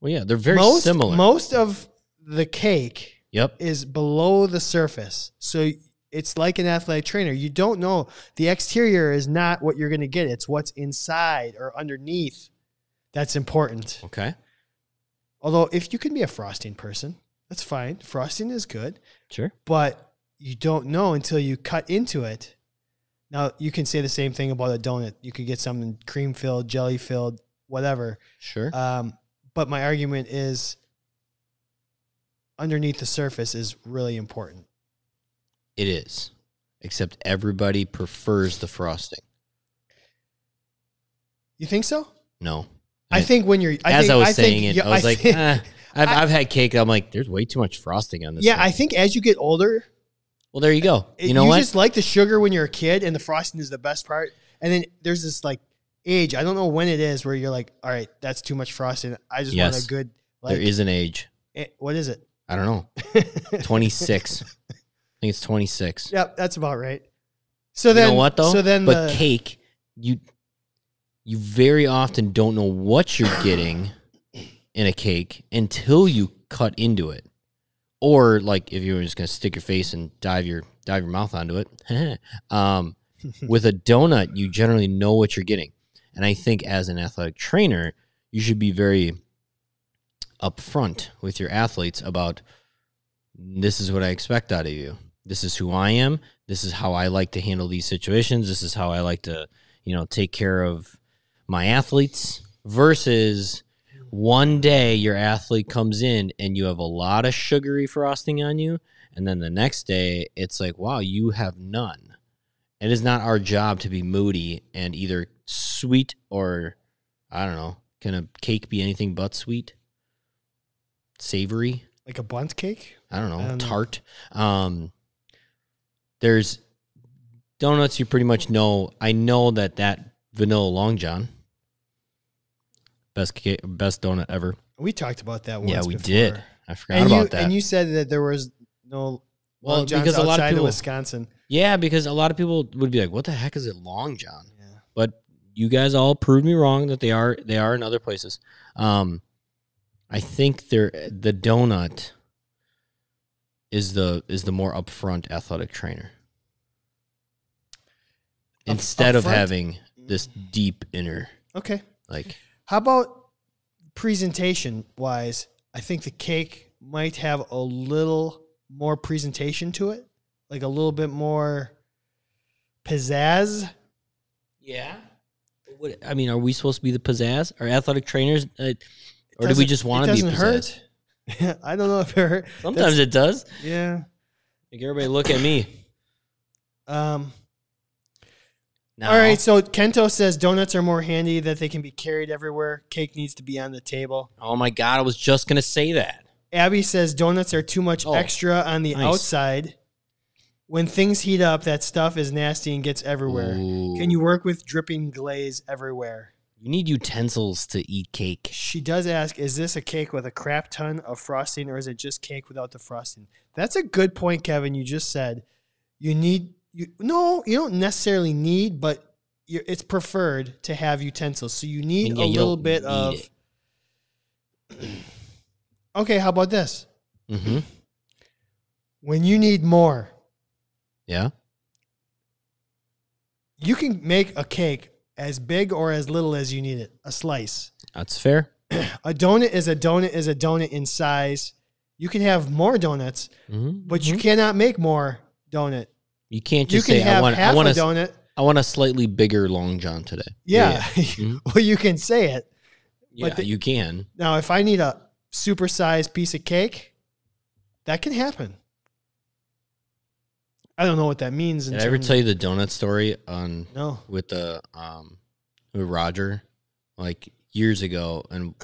Speaker 2: well yeah they're very
Speaker 1: most,
Speaker 2: similar
Speaker 1: Most of the cake
Speaker 2: yep
Speaker 1: is below the surface. So it's like an athletic trainer. You don't know. The exterior is not what you're going to get, it's what's inside or underneath that's important.
Speaker 2: okay
Speaker 1: Although, if you can be a frosting person, that's fine. Frosting is good,
Speaker 2: sure
Speaker 1: but you don't know until you cut into it. Now, you can say the same thing about a donut. You could get something cream filled, jelly filled, whatever.
Speaker 2: sure
Speaker 1: Um, but my argument is underneath the surface is really important.
Speaker 2: it is except everybody prefers the frosting
Speaker 1: You think so?
Speaker 2: no
Speaker 1: I
Speaker 2: And-
Speaker 1: think when you're I
Speaker 2: as
Speaker 1: think,
Speaker 2: I was
Speaker 1: think-
Speaker 2: saying it,
Speaker 1: yeah,
Speaker 2: I was like,
Speaker 1: think-
Speaker 2: "Eh, I've,
Speaker 1: I-
Speaker 2: I've had cake. I'm like, there's way too much frosting on this.
Speaker 1: yeah,
Speaker 2: thing."
Speaker 1: I think as you get older,
Speaker 2: well, there you go.
Speaker 1: it-
Speaker 2: you know what?
Speaker 1: just like the sugar when you're a kid, and the frosting is the best part. And then there's this like age. I don't know when it is where you're like, all right, that's too much frosting. I just want
Speaker 2: Yes.
Speaker 1: a good like
Speaker 2: there is an age.
Speaker 1: eh, what is it?
Speaker 2: I don't know. 26. think it's 26.
Speaker 1: Yep, that's about right. So
Speaker 2: you
Speaker 1: then
Speaker 2: know what though?
Speaker 1: So then
Speaker 2: but
Speaker 1: the,
Speaker 2: cake, you you very often don't know what you're getting in a cake until you cut into it. Or like if you were just gonna stick your face and dive your dive your mouth onto it. um, with a donut, you generally know what you're getting. And I think as an athletic trainer, you should be very upfront with your athletes about this is what I expect out of you. This is who I am. This is how I like to handle these situations. This is how I like to, you know, take care of my athletes versus one day your athlete comes in and you have a lot of sugary frosting on you and then the next day it's like, wow, you have none. It is not our job to be moody and either sweet or I don't know. Can a cake be anything but sweet? Savory?
Speaker 1: like a bundt cake.
Speaker 2: I don't know,
Speaker 1: I don't know.
Speaker 2: tart. Um, there's donuts you pretty much know. I know that that vanilla long john best ca- best donut ever.
Speaker 1: We talked about that once.
Speaker 2: yeah, we
Speaker 1: before.
Speaker 2: did. I forgot
Speaker 1: And
Speaker 2: about
Speaker 1: you,
Speaker 2: that.
Speaker 1: and you said that there was no
Speaker 2: well,
Speaker 1: Long John's
Speaker 2: because a lot of
Speaker 1: outside
Speaker 2: people
Speaker 1: Wisconsin.
Speaker 2: Yeah, because a lot of people would be like, "What the heck is it long john?"
Speaker 1: Yeah.
Speaker 2: but you guys all proved me wrong that they are they are in other places. Um, I think they're the donut is the is the more upfront athletic trainer
Speaker 1: Up-
Speaker 2: instead of
Speaker 1: upfront?
Speaker 2: having this deep inner
Speaker 1: Okay.
Speaker 2: like
Speaker 1: How about presentation wise? I think the cake might have a little more presentation to it, like a little bit more pizzazz.
Speaker 2: yeah. What, I mean, are we supposed to be the pizzazz? Are athletic trainers, uh, or do we
Speaker 1: doesn't-
Speaker 2: just
Speaker 1: it
Speaker 2: want to be
Speaker 1: doesn't
Speaker 2: pizzazz?
Speaker 1: hurt. I don't know if it hurt.
Speaker 2: Sometimes it does.
Speaker 1: Yeah.
Speaker 2: Like everybody, look at me.
Speaker 1: Um,
Speaker 2: No.
Speaker 1: All right. So Kento says donuts are more handy that they can be carried everywhere. Cake needs to be on the table.
Speaker 2: Oh my god, I was just gonna say that.
Speaker 1: Abby says donuts are too much
Speaker 2: Oh,
Speaker 1: extra on the
Speaker 2: nice.
Speaker 1: outside. When things heat up, that stuff is nasty and gets everywhere. Can you work with dripping glaze everywhere?
Speaker 2: You need utensils to eat cake.
Speaker 1: She does ask, is this a cake with a crap ton of frosting or is it just cake without the frosting? That's a good point, Kevin. You just said you need you no, you don't necessarily need, but you it's preferred to have utensils. So you need
Speaker 2: mean, yeah,
Speaker 1: a
Speaker 2: you
Speaker 1: little
Speaker 2: don't
Speaker 1: bit
Speaker 2: need
Speaker 1: of
Speaker 2: it.
Speaker 1: Okay, how about this?
Speaker 2: Mm-hmm.
Speaker 1: When you need more,
Speaker 2: Yeah.
Speaker 1: you can make a cake as big or as little as you need it, a slice.
Speaker 2: That's fair.
Speaker 1: A donut is a donut is a donut in size. You can have more donuts,
Speaker 2: Mm-hmm.
Speaker 1: but you cannot make more donut.
Speaker 2: you can't
Speaker 1: You
Speaker 2: just
Speaker 1: can
Speaker 2: say I
Speaker 1: have
Speaker 2: want I
Speaker 1: half
Speaker 2: want
Speaker 1: a
Speaker 2: a,
Speaker 1: donut.
Speaker 2: I want a slightly bigger long john today.
Speaker 1: Yeah.
Speaker 2: Mm-hmm.
Speaker 1: well, you can say it.
Speaker 2: Yeah,
Speaker 1: But the-
Speaker 2: you can.
Speaker 1: Now, if I need a supersized piece of cake, that can happen. I don't know what that means. in
Speaker 2: Did I ever
Speaker 1: terms-
Speaker 2: tell you the donut story on
Speaker 1: No.
Speaker 2: with the um with Roger like years ago and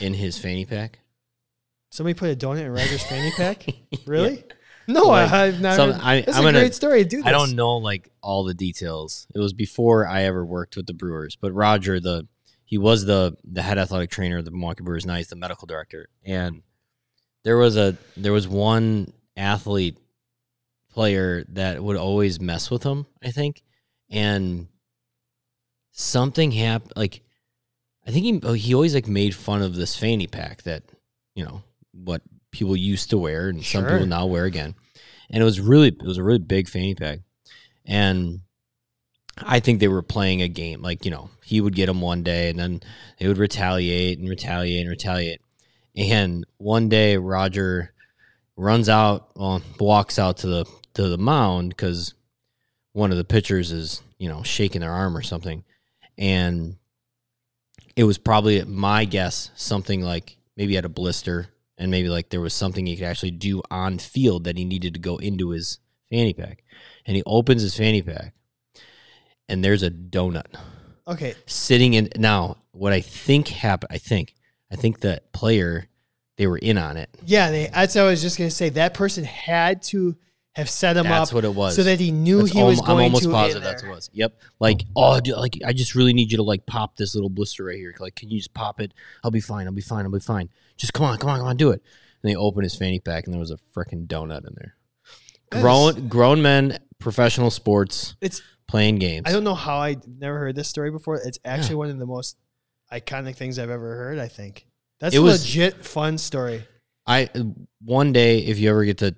Speaker 2: in his fanny pack?
Speaker 1: Somebody put a donut in Roger's fanny pack?
Speaker 2: Yeah.
Speaker 1: Really? No,
Speaker 2: Like,
Speaker 1: I, I've not.
Speaker 2: some-
Speaker 1: heard-
Speaker 2: I-
Speaker 1: this is
Speaker 2: I'm
Speaker 1: a
Speaker 2: gonna-
Speaker 1: great story. Do this.
Speaker 2: I don't know like all the details. It was before I ever worked with the Brewers, but Roger, the he was the the head athletic trainer of the Milwaukee Brewers, now he's the medical director. And there was a there was one athlete player that would always mess with him, I think, and something happened. Like I think he oh, he always like made fun of this fanny pack that you know what people used to wear and some
Speaker 1: Sure.
Speaker 2: people now wear again. And it was really it was a really big fanny pack, and I think they were playing a game. Like you know he would get him one day, and then they would retaliate and retaliate and retaliate. And one day Roger runs out, well, walks out to the to the mound because one of the pitchers is you know shaking their arm or something, and it was probably my guess something like maybe he had a blister and maybe like there was something he could actually do on field that he needed to go into his fanny pack, and he opens his fanny pack, and there's a donut
Speaker 1: Okay.
Speaker 2: sitting in now what i think happened i think i think that player they were in on it
Speaker 1: Yeah, they, that's what I was just gonna say. That person had to have set him
Speaker 2: that's
Speaker 1: up
Speaker 2: what it was
Speaker 1: so that he knew
Speaker 2: That's
Speaker 1: he
Speaker 2: al-
Speaker 1: was going
Speaker 2: i'm almost
Speaker 1: to. in
Speaker 2: positive
Speaker 1: there.
Speaker 2: that's what it was yep like oh dude, like i just really need you to like pop this little blister right here like can you just pop it i'll be fine i'll be fine i'll be fine just come on come on come on do it and they opened his fanny pack and there was a freaking donut in there
Speaker 1: That
Speaker 2: grown
Speaker 1: is-
Speaker 2: grown men professional sports
Speaker 1: It's
Speaker 2: playing games.
Speaker 1: I don't know how I never heard this story before. It's actually one of the most iconic things I've ever heard. I think that's
Speaker 2: It
Speaker 1: a
Speaker 2: was-
Speaker 1: legit fun story.
Speaker 2: I one day if you ever get to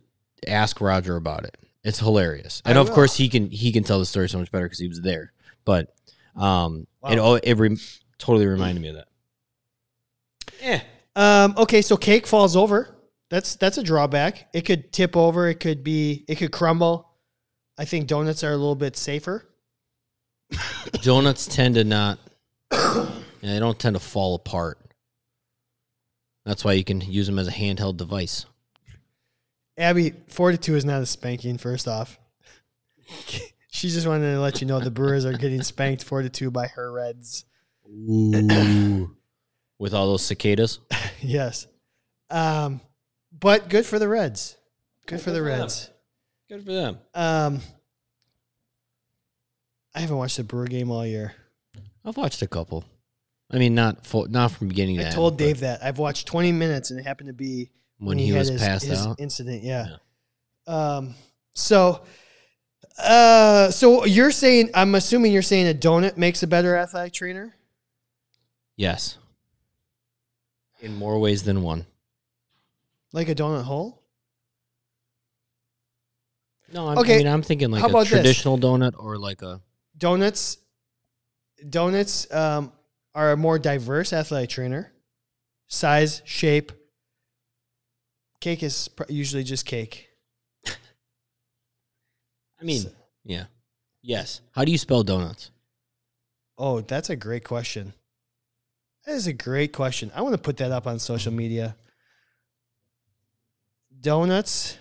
Speaker 2: ask Roger about it, it's hilarious. And
Speaker 1: I
Speaker 2: of
Speaker 1: will.
Speaker 2: course he can he can tell the story so much better because he was there. But um, it
Speaker 1: Wow.
Speaker 2: all it rem- totally reminded me of that. Yeah,
Speaker 1: Um, okay, so cake falls over. That's that's a drawback. It could tip over. It could be. It could crumble. I think donuts are a little bit safer.
Speaker 2: donuts tend to not. yeah, they don't tend to fall apart. That's why you can use them as a handheld device.
Speaker 1: Abby, 42 is not a spanking, first off. she just wanted to let you know the Brewers are getting spanked 42 by her Reds.
Speaker 2: Ooh, with all those cicadas.
Speaker 1: yes. Um, but good for the Reds. Good for the Reds.
Speaker 2: Good for them.
Speaker 1: Um, I haven't watched a Brewer game all year.
Speaker 2: I've watched a couple. I mean, not full, not from beginning to
Speaker 1: I
Speaker 2: end.
Speaker 1: told
Speaker 2: but
Speaker 1: Dave that. I've watched 20 minutes and it happened to be
Speaker 2: when he,
Speaker 1: had
Speaker 2: was
Speaker 1: his-
Speaker 2: passed
Speaker 1: his
Speaker 2: out.
Speaker 1: Incident, yeah. Um, so, uh, so you're saying? I'm assuming you're saying a donut makes a better athletic trainer.
Speaker 2: Yes, in more ways than one.
Speaker 1: Like a donut hole?
Speaker 2: No, I'm,
Speaker 1: Okay,
Speaker 2: I mean, I'm thinking like
Speaker 1: how about this?
Speaker 2: a traditional donut or like a
Speaker 1: Donuts donuts um, are a more diverse athletic trainer. Size, shape. Cake is pr- usually just cake.
Speaker 2: I mean,
Speaker 1: S-
Speaker 2: yeah. Yes. How do you spell donuts?
Speaker 1: Oh, that's a great question. That is a great question. I want to put that up on social media. Donuts.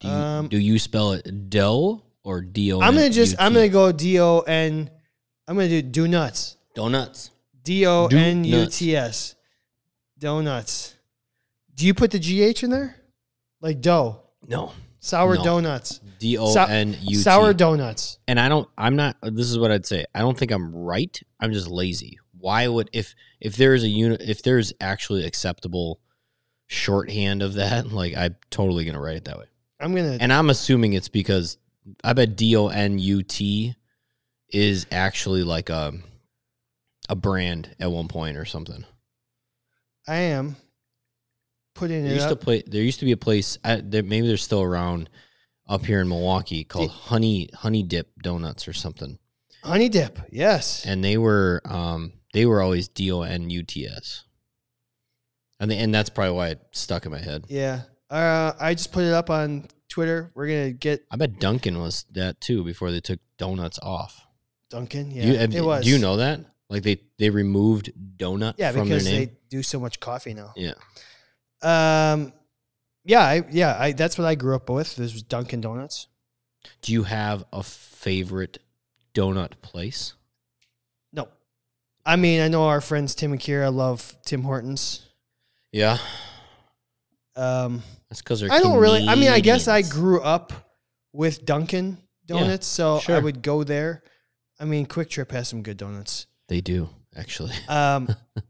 Speaker 2: Do you,
Speaker 1: Um,
Speaker 2: do you spell it dough or D O?
Speaker 1: I'm gonna just I'm gonna go D O N. I'm gonna do do nuts.
Speaker 2: donuts.
Speaker 1: D O N U T S. Donuts. Do you put the G H in there? Like dough.
Speaker 2: No,
Speaker 1: Sour
Speaker 2: No.
Speaker 1: donuts.
Speaker 2: D O N U T.
Speaker 1: Sour donuts.
Speaker 2: and I don't I'm not this is what I'd say. I don't think I'm right. I'm just lazy. Why would if if there is a unit if there's actually acceptable shorthand of that, like I'm totally gonna write it that way.
Speaker 1: I'm gonna
Speaker 2: And I'm assuming it's because I bet D O N U T is actually like a a brand at one point or something.
Speaker 1: I am putting
Speaker 2: There
Speaker 1: it
Speaker 2: used to
Speaker 1: up.
Speaker 2: play there used to be a place I, there, maybe they're still around up here in Milwaukee called Honey Honey Dip Donuts or something.
Speaker 1: Honey dip. Yes.
Speaker 2: and they were um they were always D O N U T S. And the, and that's probably why it stuck in my head.
Speaker 1: Yeah. Uh, I just put it up on Twitter. We're gonna get
Speaker 2: I bet Duncan was that too before they took donuts off.
Speaker 1: Duncan. Yeah.
Speaker 2: Do you, have-
Speaker 1: it was.
Speaker 2: Do you know that? Like they they removed donut
Speaker 1: Yeah,
Speaker 2: from
Speaker 1: because
Speaker 2: their name.
Speaker 1: they do so much coffee now.
Speaker 2: yeah.
Speaker 1: Um, yeah, I, yeah, I, that's what I grew up with. This was Dunkin' Donuts.
Speaker 2: Do you have a favorite donut place?
Speaker 1: No, I mean I know our friends Tim and Kira love Tim Hortons.
Speaker 2: Yeah.
Speaker 1: Um,
Speaker 2: That's cuz they're
Speaker 1: I don't really. I mean, I guess I
Speaker 2: Canadians.
Speaker 1: grew up with Dunkin'
Speaker 2: Yeah,
Speaker 1: Donuts, so I
Speaker 2: sure.
Speaker 1: would go there. I mean, Quick Trip has some good donuts.
Speaker 2: They do, actually.
Speaker 1: Um,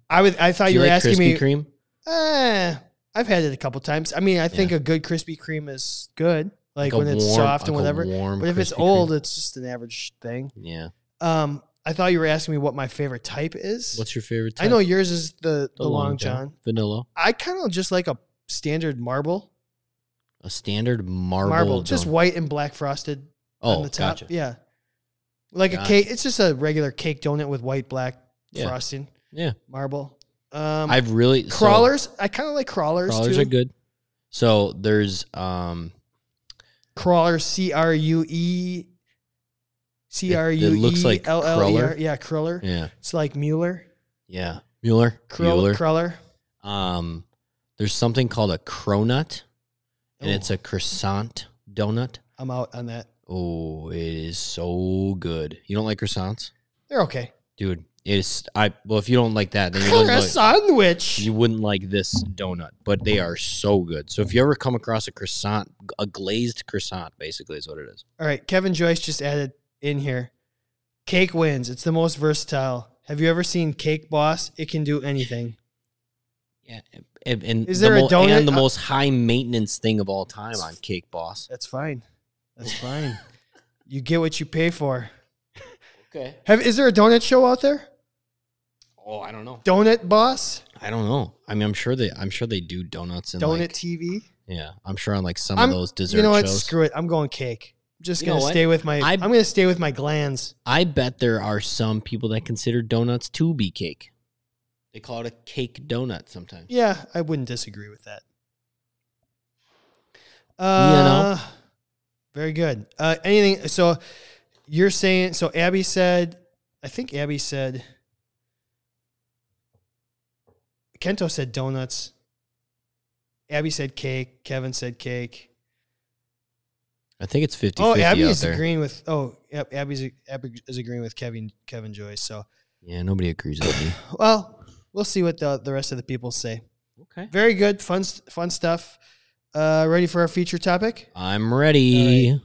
Speaker 1: I would. I thought
Speaker 2: Do
Speaker 1: you, were
Speaker 2: like
Speaker 1: asking
Speaker 2: Krispy
Speaker 1: me.
Speaker 2: Kreme?
Speaker 1: Eh, I've had it a couple times. I mean, I think a good Krispy Kreme is good, like,
Speaker 2: a
Speaker 1: when it's
Speaker 2: warm-
Speaker 1: soft and
Speaker 2: like a
Speaker 1: whatever.
Speaker 2: warm
Speaker 1: But if it's
Speaker 2: Krispy Kreme.
Speaker 1: old, it's just an average thing.
Speaker 2: yeah.
Speaker 1: Um, I thought you were asking me what my favorite type is.
Speaker 2: What's your favorite?
Speaker 1: I know
Speaker 2: type?
Speaker 1: yours is the, the, long, john.
Speaker 2: vanilla.
Speaker 1: I kind of just like a standard marble,
Speaker 2: A standard marble,
Speaker 1: marble, just
Speaker 2: donut.
Speaker 1: white and black frosted
Speaker 2: oh,
Speaker 1: on the top.
Speaker 2: Gotcha.
Speaker 1: Yeah, like a
Speaker 2: Gotcha.
Speaker 1: cake. It's just a regular cake donut with white black
Speaker 2: Yeah.
Speaker 1: frosting.
Speaker 2: Yeah.
Speaker 1: marble. Um,
Speaker 2: I've really so
Speaker 1: crawlers. I kind of like crawlers,
Speaker 2: crawlers
Speaker 1: too.
Speaker 2: are good. So there's um
Speaker 1: Crawlers, C R U E, C R U E.
Speaker 2: it looks like
Speaker 1: L-L-E-R.
Speaker 2: cruller.
Speaker 1: Yeah, cruller.
Speaker 2: yeah
Speaker 1: It's like Mueller.
Speaker 2: yeah Mueller
Speaker 1: Crull,
Speaker 2: Mueller
Speaker 1: Cruller.
Speaker 2: um there's something called a cronut and
Speaker 1: Oh.
Speaker 2: it's a croissant donut.
Speaker 1: I'm out on that.
Speaker 2: Oh, it is so good. You don't like croissants,
Speaker 1: They're okay.
Speaker 2: dude? It is. I well, if you don't like that, then you
Speaker 1: Color
Speaker 2: wouldn't
Speaker 1: a
Speaker 2: like,
Speaker 1: sandwich.
Speaker 2: you wouldn't like this donut. But they are so good. So if you ever come across a croissant, a glazed croissant, basically is what it is.
Speaker 1: All right, Kevin Joyce just added in here. Cake wins. It's the most versatile. Have you ever seen Cake Boss? It can do anything.
Speaker 2: Yeah, and, and
Speaker 1: Is
Speaker 2: the
Speaker 1: there a
Speaker 2: mo-
Speaker 1: donut-
Speaker 2: and the
Speaker 1: uh,
Speaker 2: most high maintenance thing of all time on Cake Boss?
Speaker 1: That's fine. That's fine. you get what you pay for.
Speaker 2: Okay.
Speaker 1: Have is there a donut show out there?
Speaker 2: Oh, I don't know.
Speaker 1: Donut Boss?
Speaker 2: I don't know. I mean, I'm sure they. I'm sure they do donuts and
Speaker 1: Donut
Speaker 2: like-
Speaker 1: TV?
Speaker 2: yeah, I'm sure on like some
Speaker 1: I'm-
Speaker 2: of those dessert
Speaker 1: You know what?
Speaker 2: shows.
Speaker 1: Screw it. I'm going cake. I'm just
Speaker 2: You know
Speaker 1: gonna
Speaker 2: what?
Speaker 1: stay with my I,
Speaker 2: I-
Speaker 1: am gonna stay with my glands.
Speaker 2: I bet there are some people that consider donuts to be cake. They call it a cake donut sometimes.
Speaker 1: Yeah, I wouldn't disagree with that.
Speaker 2: know.
Speaker 1: Uh, very good. Uh, anything so you're saying so Abby said I think Abby said Kento said donuts. Abby said cake. Kevin said cake.
Speaker 2: I think it's 50
Speaker 1: Oh,
Speaker 2: 50 out
Speaker 1: Abby's
Speaker 2: there.
Speaker 1: agreeing with. Oh, yep, Abby's Abby is agreeing with Kevin Kevin Joyce. So,
Speaker 2: Yeah, nobody agrees with me.
Speaker 1: well, we'll see what the the rest of the people say.
Speaker 2: okay.
Speaker 1: Very good, fun st- fun stuff. Uh, ready for our feature topic?
Speaker 2: I'm ready.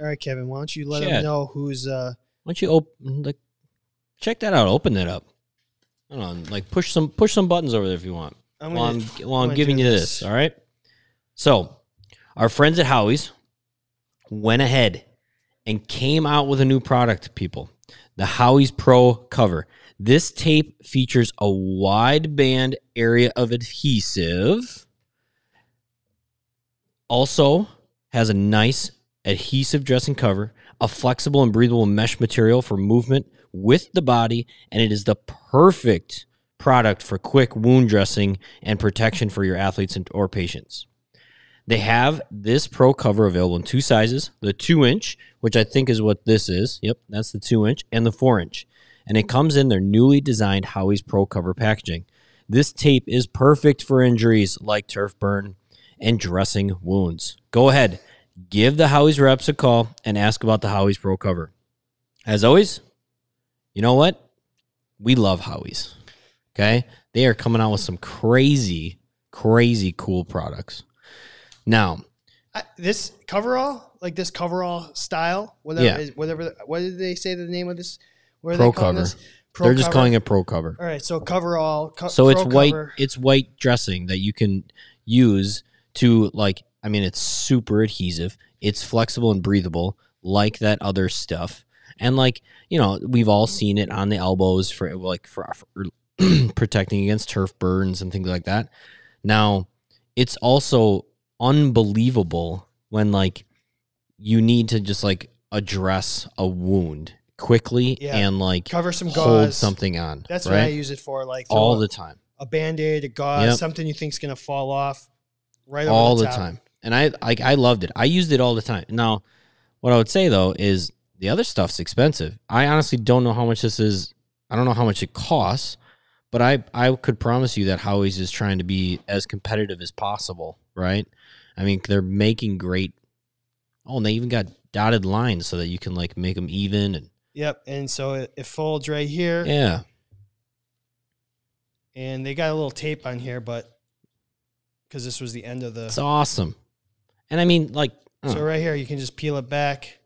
Speaker 1: All right, Kevin, why don't you let them
Speaker 2: Chad.
Speaker 1: know who's uh,
Speaker 2: Why don't you open like check that out? Open that up. Hold on, like push some push some buttons over there if you want.
Speaker 1: I'm
Speaker 2: While I'm
Speaker 1: gonna-
Speaker 2: while
Speaker 1: I'm
Speaker 2: I'm,
Speaker 1: gonna
Speaker 2: giving
Speaker 1: do
Speaker 2: you
Speaker 1: this.
Speaker 2: this, all right? So, our friends at Howie's went ahead and came out with a new product, people. The Howie's Pro cover. This tape features a wide band area of adhesive. Also has a nice adhesive dressing cover, a flexible and breathable mesh material for movement with the body, and it is the perfect product for quick wound dressing and protection for your athletes and, or patients. They have this pro cover available in two sizes the two inch, which I think is what this is. Yep, that's the two inch, and the four inch. And it comes in their newly designed Howie's Pro Cover packaging. This tape is perfect for injuries like turf burn and dressing wounds. Go ahead, give the Howie's reps a call and ask about the Howie's Pro Cover. As always, you know what? We love Howie's. Okay. They are coming out with some crazy, crazy cool products. Now,
Speaker 1: I, this coverall, like this coverall style, whatever,
Speaker 2: Yeah.
Speaker 1: is, whatever. the- What did they say the name of this? What are
Speaker 2: Pro
Speaker 1: they calling
Speaker 2: cover.
Speaker 1: this? Pro
Speaker 2: they're just
Speaker 1: cover.
Speaker 2: calling it pro cover.
Speaker 1: All right, so coverall. Co-
Speaker 2: so it's
Speaker 1: pro
Speaker 2: white
Speaker 1: Uh, cover.
Speaker 2: it's white dressing that you can use to like I mean it's super adhesive. It's flexible and breathable like that other stuff. And like, you know, we've all seen it on the elbows for like for, for protecting against turf burns and things like that. Now, it's also unbelievable when like you need to just like address a wound quickly
Speaker 1: Yeah.
Speaker 2: and like
Speaker 1: Cover some
Speaker 2: hold
Speaker 1: gauze.
Speaker 2: something on.
Speaker 1: That's what I
Speaker 2: right.
Speaker 1: use it for. Like
Speaker 2: All
Speaker 1: throw
Speaker 2: the time.
Speaker 1: a band aid, a gauze,
Speaker 2: Yep.
Speaker 1: something you think's gonna fall off. Right over
Speaker 2: all the,
Speaker 1: top.
Speaker 2: time. And I like I loved it. I used it all the time. Now, what I would say though is the other stuff's expensive. I honestly don't know how much this is. I don't know how much it costs, but I I could promise you that Howie's is trying to be as competitive as possible, right? I mean, they're making great. Oh, and they even got dotted lines so that you can like make them even and
Speaker 1: Yep, and so it, it folds right here,
Speaker 2: yeah.
Speaker 1: and they got a little tape on here, but because this was the end of the,
Speaker 2: It's awesome. And I mean like
Speaker 1: so right here you can just peel it back.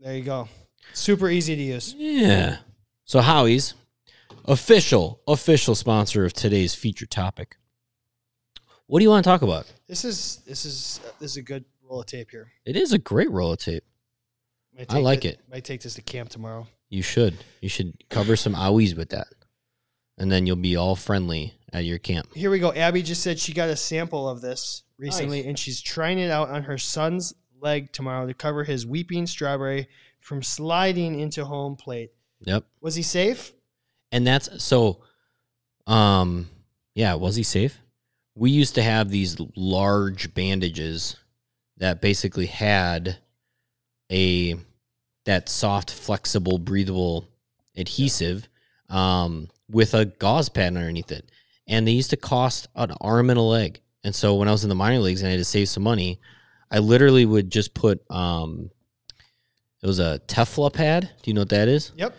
Speaker 1: There you go, super easy to use.
Speaker 2: Yeah. So Howie's official official sponsor of today's feature topic. What do you want to talk about?
Speaker 1: This is this is this is a good roll of tape here.
Speaker 2: It is a great roll of tape.
Speaker 1: Might
Speaker 2: I
Speaker 1: take
Speaker 2: like
Speaker 1: thi-
Speaker 2: it.
Speaker 1: Might take this to camp tomorrow.
Speaker 2: You should. You should cover some Howie's with that. And then you'll be all friendly at your camp.
Speaker 1: Here we go. Abby just said she got a sample of this recently, and she's trying it out on her son's leg tomorrow to cover his weeping strawberry from sliding into home plate.
Speaker 2: Yep.
Speaker 1: Was he safe?
Speaker 2: And that's so um yeah, was he safe? We used to have these large bandages that basically had a that soft, flexible, breathable adhesive um with a gauze pad underneath it. And they used to cost an arm and a leg. And so when I was in the minor leagues and I had to save some money, I literally would just put um it was a Tefla pad. Do you know what that is?
Speaker 1: Yep.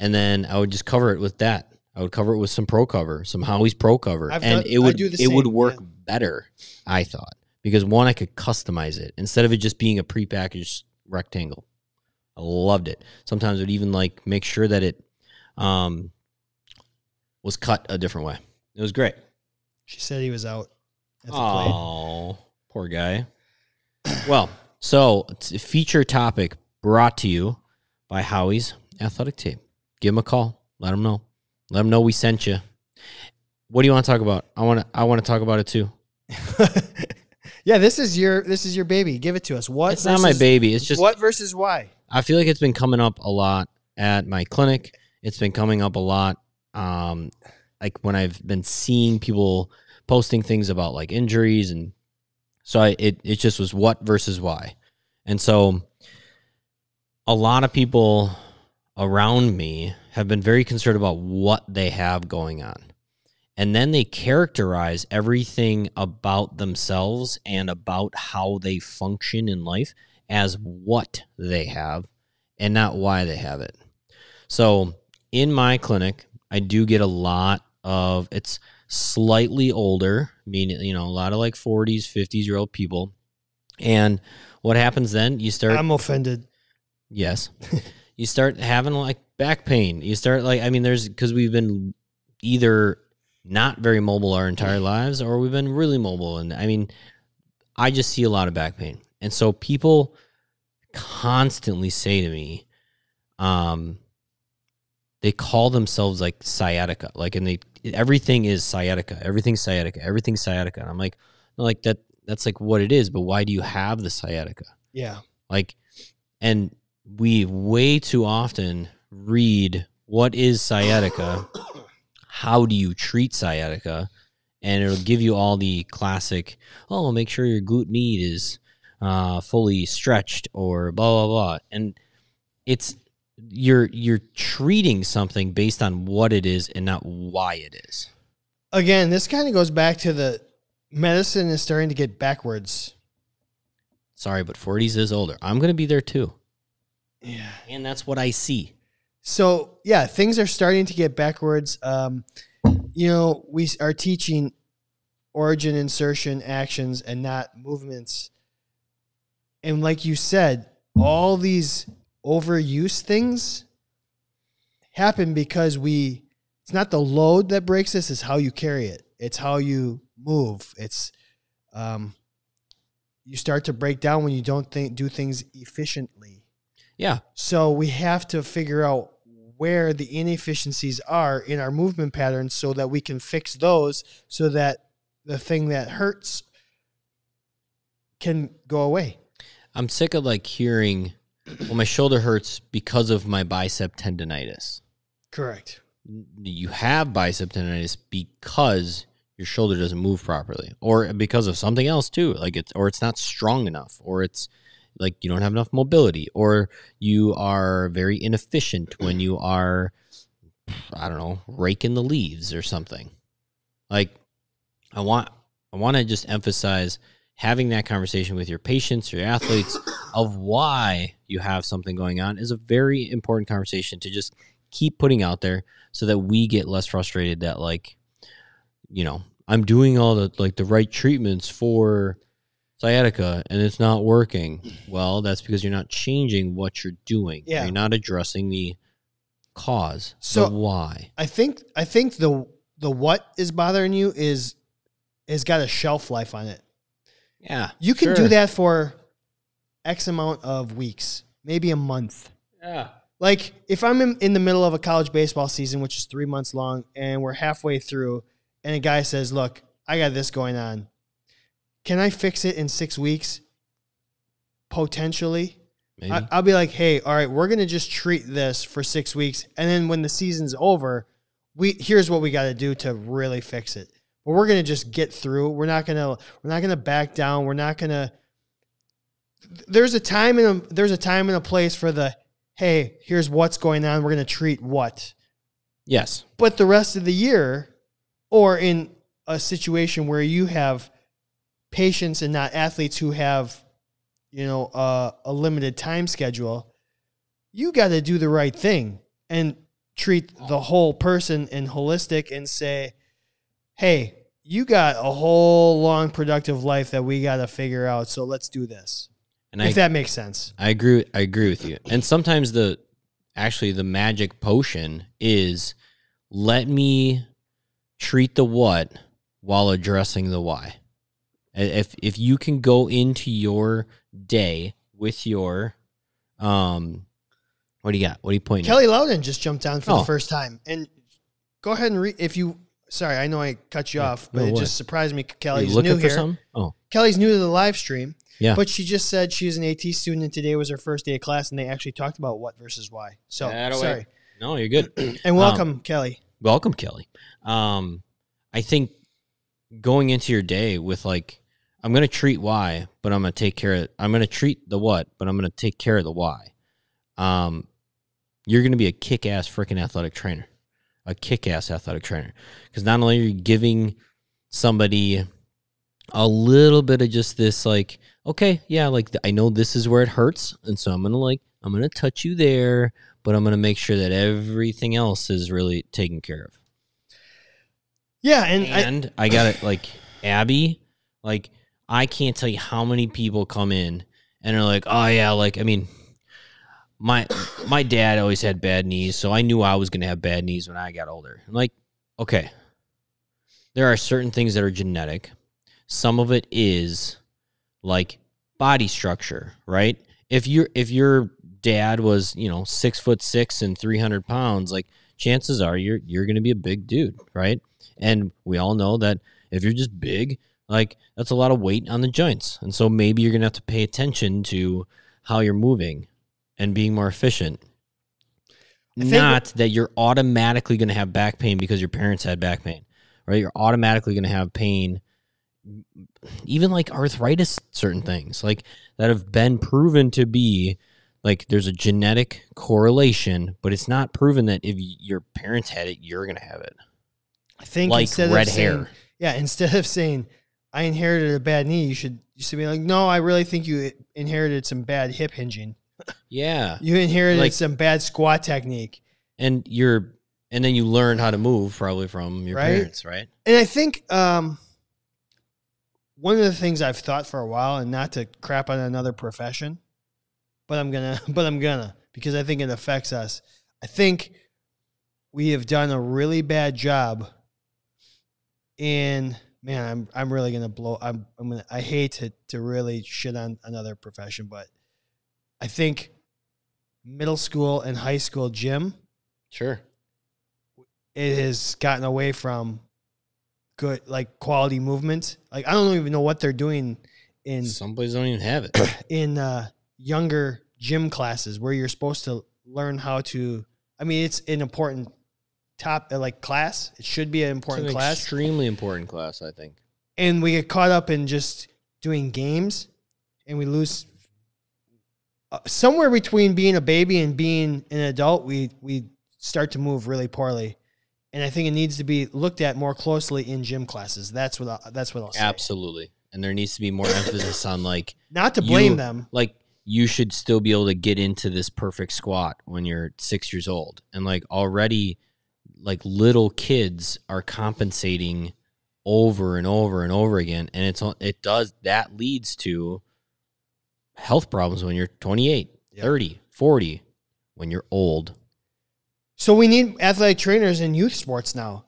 Speaker 2: and then I would just cover it with that. I would cover it with some pro cover, some Howie's pro cover,
Speaker 1: I've
Speaker 2: and
Speaker 1: done-
Speaker 2: it would
Speaker 1: I do the
Speaker 2: it would
Speaker 1: same,
Speaker 2: work
Speaker 1: yeah.
Speaker 2: better. I thought because one, I could customize it instead of it just being a prepackaged rectangle. I loved it. Sometimes it would even like make sure that it um, was cut a different way. It was great.
Speaker 1: She said he was out at the plate.
Speaker 2: Oh, poor guy. Well, so it's a feature topic brought to you by Howie's Athletic Tape. Give him a call. Let him know. Let him know we sent you. What do you want to talk about? I want to. I want to talk about it too.
Speaker 1: yeah, this is your this is your baby. Give it to us. What
Speaker 2: it's not my
Speaker 1: versus-
Speaker 2: baby. It's just
Speaker 1: what versus why?
Speaker 2: I feel like it's been coming up a lot at my clinic. It's been coming up a lot, um, like when I've been seeing people posting things about like injuries, and so I, it it just was what versus why, and so a lot of people around me have been very concerned about what they have going on. And then they characterize everything about themselves and about how they function in life as what they have and not why they have it. So in my clinic, I do get a lot of it's slightly older, meaning you know, a lot of like 40s, 50s year old people. And what happens then? You start
Speaker 1: I'm offended.
Speaker 2: Yes. you start having like back pain. You start like I mean there's cuz we've been either not very mobile our entire lives or we've been really mobile and I mean I just see a lot of back pain. And so people constantly say to me um they call themselves like sciatica like and they everything is sciatica everything's sciatica everything's sciatica and i'm like no, like that that's like what it is but why do you have the sciatica
Speaker 1: Yeah.
Speaker 2: like, and we way too often read what is sciatica, how do you treat sciatica, and it'll give you all the classic, oh, make sure your glute med is uh, fully stretched or blah blah blah, and it's you're you're treating something based on what it is and not why it is.
Speaker 1: Again, this kind of goes back to the medicine is starting to get backwards.
Speaker 2: Sorry, but 40s is older. I'm gonna be there too,
Speaker 1: Yeah.
Speaker 2: and that's what I see.
Speaker 1: So yeah, things are starting to get backwards. Um, you know, we s- are teaching origin, insertion, actions, and not movements. And like you said, all these overuse things happen because we. It's not the load that breaks this; it's how you carry it. It's how you move. It's um, you start to break down when you don't think do things efficiently.
Speaker 2: Yeah,
Speaker 1: So we have to figure out where the inefficiencies are in our movement patterns so that we can fix those so that the thing that hurts can go away.
Speaker 2: I'm sick of like hearing, well, my shoulder hurts because of my bicep tendonitis.
Speaker 1: Correct.
Speaker 2: You have bicep tendonitis because your shoulder doesn't move properly, or because of something else too, like it's or it's not strong enough, or it's like you don't have enough mobility, or you are very inefficient when you are, I don't know, raking the leaves or something. Like, I want I want to just emphasize having that conversation with your patients or your athletes of why you have something going on is a very important conversation to just keep putting out there so that we get less frustrated that like you know i'm doing all the like the right treatments for sciatica and it's not working well that's because you're not changing what you're doing
Speaker 1: Yeah.
Speaker 2: you're not addressing the cause so
Speaker 1: So-
Speaker 2: why
Speaker 1: I think I think the the what is bothering you is has got a shelf life on it.
Speaker 2: yeah
Speaker 1: You can
Speaker 2: sure.
Speaker 1: do that for X amount of weeks, maybe a month.
Speaker 2: yeah
Speaker 1: like if I'm in, in the middle of a college baseball season, which is three months long, and we're halfway through, and a guy says, "Look, I got this going on. Can I fix it in six weeks? Potentially."
Speaker 2: maybe
Speaker 1: I, I'll be like, "Hey, all right, we're gonna just treat this for six weeks, and then when the season's over, we here's what we got to do to really fix it. But we're gonna just get through. We're not gonna we're not gonna back down. We're not gonna. There's a time and a, there's a time and a place for the hey, here's what's going on. We're gonna treat what,
Speaker 2: yes
Speaker 1: but the rest of the year, or in a situation where you have patients and not athletes who have you know uh, a limited time schedule you got to do the right thing and treat the whole person in holistic and say hey you got a whole long productive life that we got to figure out. So let's do this.
Speaker 2: And
Speaker 1: if
Speaker 2: I,
Speaker 1: that makes sense.
Speaker 2: I agree. I agree with you. And sometimes the actually the magic potion is let me treat the what while addressing the why. I- If if you can go into your day with your um, what do you got? What do you point?
Speaker 1: Kelly Loudon just jumped on for
Speaker 2: Oh.
Speaker 1: the first time. And go ahead and read if you. Sorry, I know I cut you
Speaker 2: Yeah,
Speaker 1: off, but
Speaker 2: no
Speaker 1: it
Speaker 2: way.
Speaker 1: just surprised me.
Speaker 2: Are you
Speaker 1: Kelly's
Speaker 2: looking
Speaker 1: new
Speaker 2: for
Speaker 1: here.
Speaker 2: something? Oh,
Speaker 1: Kelly's new to the live stream.
Speaker 2: Yeah.
Speaker 1: But she just said she was an AT student and today was her first day of class and they actually talked about what versus why. So
Speaker 2: That
Speaker 1: sorry.
Speaker 2: away. no, you're good.
Speaker 1: And welcome,
Speaker 2: Um,
Speaker 1: Kelly.
Speaker 2: welcome kelly um i think going into your day with like i'm gonna treat why but i'm gonna take care of i'm gonna treat the what but i'm gonna take care of the why um you're gonna be a kick-ass freaking athletic trainer a kick-ass athletic trainer because not only are you giving somebody a little bit of just this like okay yeah like i know this is where it hurts and so i'm gonna like i'm gonna touch you there but I'm going to make sure that everything else is really taken care of.
Speaker 1: Yeah, and, I,
Speaker 2: And I, got it like Abby, like I can't tell you how many people come in and are like, "Oh yeah, like I mean, my my dad always had bad knees, so I knew I was going to have bad knees when I got older." I'm like, "Okay. There are certain things that are genetic. Some of it is like body structure, right? If you if your dad was you know six foot six and three hundred pounds, like chances are you're you're going to be a big dude, right? And we all know that if you're just big, like that's a lot of weight on the joints, and so maybe you're going to have to pay attention to how you're moving and being more efficient.
Speaker 1: I think-
Speaker 2: Not that you're automatically going to have back pain because your parents had back pain, right? You're automatically going to have pain even like arthritis certain things like that have been proven to be like there's a genetic correlation but it's not proven that if your parents had it you're gonna have it
Speaker 1: I think
Speaker 2: like
Speaker 1: instead
Speaker 2: red
Speaker 1: of saying,
Speaker 2: hair
Speaker 1: Yeah, instead of saying I inherited a bad knee, you should you should be like, no, I really think you inherited some bad hip hinging.
Speaker 2: yeah
Speaker 1: You inherited
Speaker 2: Like-
Speaker 1: some bad squat technique.
Speaker 2: and you're and then you learned how to move probably from your
Speaker 1: Right?
Speaker 2: parents right
Speaker 1: And I think um, one of the things I've thought for a while, and not to crap on another profession, but I'm gonna, but I'm gonna, because I think it affects us. I think we have done a really bad job in man, I'm I'm really gonna blow I'm I'm gonna I hate to to really shit on another profession, but I think middle school and high school gym
Speaker 2: sure
Speaker 1: it has gotten away from good like quality movement. Like I don't even know what they're doing in
Speaker 2: some places don't even have it
Speaker 1: in uh, younger gym classes where you're supposed to learn how to. I mean, it's an important top uh, like class. It should be an
Speaker 2: It's
Speaker 1: important
Speaker 2: an
Speaker 1: class,
Speaker 2: extremely important class i think
Speaker 1: and we get caught up in just doing games, and we lose. Uh, somewhere between being a baby and being an adult, we we start to move really poorly, and I think it needs to be looked at more closely in gym classes. That's what I, that's what I'll say.
Speaker 2: absolutely and there needs to be more emphasis on like
Speaker 1: Not to blame
Speaker 2: You-
Speaker 1: them.
Speaker 2: like you should still be able to get into this perfect squat when you're six years old and like already like little kids are compensating over and over and over again and it's it does that leads to health problems when you're 28
Speaker 1: Yeah.
Speaker 2: 30 40 when you're old
Speaker 1: So we need athletic trainers in youth sports now.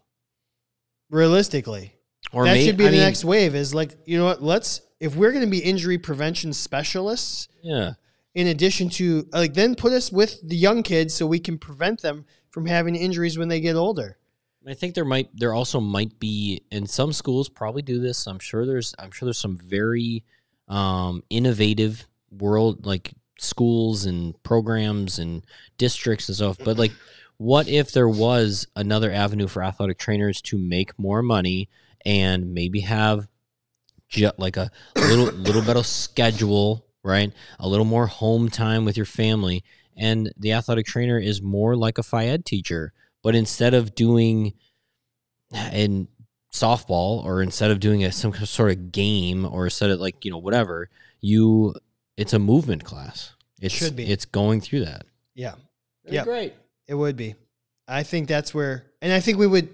Speaker 1: Realistically,
Speaker 2: or
Speaker 1: that
Speaker 2: may-
Speaker 1: should be
Speaker 2: I
Speaker 1: the
Speaker 2: mean,
Speaker 1: next wave. Is like you know what? Let's if we're going to be injury prevention specialists,
Speaker 2: yeah
Speaker 1: in addition to like then put us with the young kids so we can prevent them from having injuries when they get older.
Speaker 2: I think there might there also might be and some schools probably do this. I'm sure there's I'm sure there's some very um, innovative world like schools and programs and districts and stuff. But like what if there was another avenue for athletic trainers to make more money and maybe have ju- like a little little better schedule, right? A little more home time with your family. And the athletic trainer is more like a FIED teacher but instead of doing in softball or instead of doing a, some sort of game or instead of like you know whatever you it's a movement class it
Speaker 1: Should be.
Speaker 2: it's going through that
Speaker 1: Yeah, Yep.
Speaker 2: great
Speaker 1: it would be. I think that's where, and I think we would.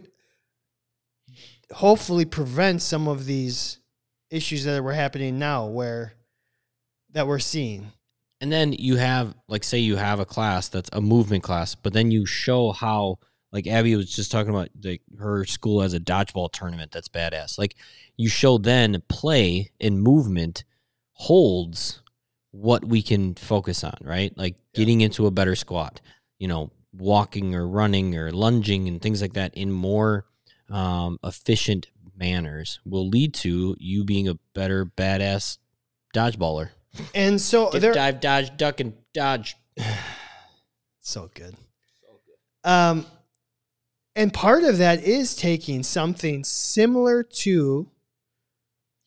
Speaker 1: hopefully prevent some of these issues that were happening now where that we're seeing.
Speaker 2: And then you have, like, say you have a class that's a movement class, but then you show how, like, Abby was just talking about like her school has a dodgeball tournament that's badass. Like, you show then play and movement holds what we can focus on, right? Like getting into a better squat, you know, walking or running or lunging and things like that in more um, efficient manners will lead to you being a better badass dodgeballer.
Speaker 1: And so
Speaker 2: Dip,
Speaker 1: there
Speaker 2: dive, dodge, duck, and dodge.
Speaker 1: so good. Um, and part of that is taking something similar to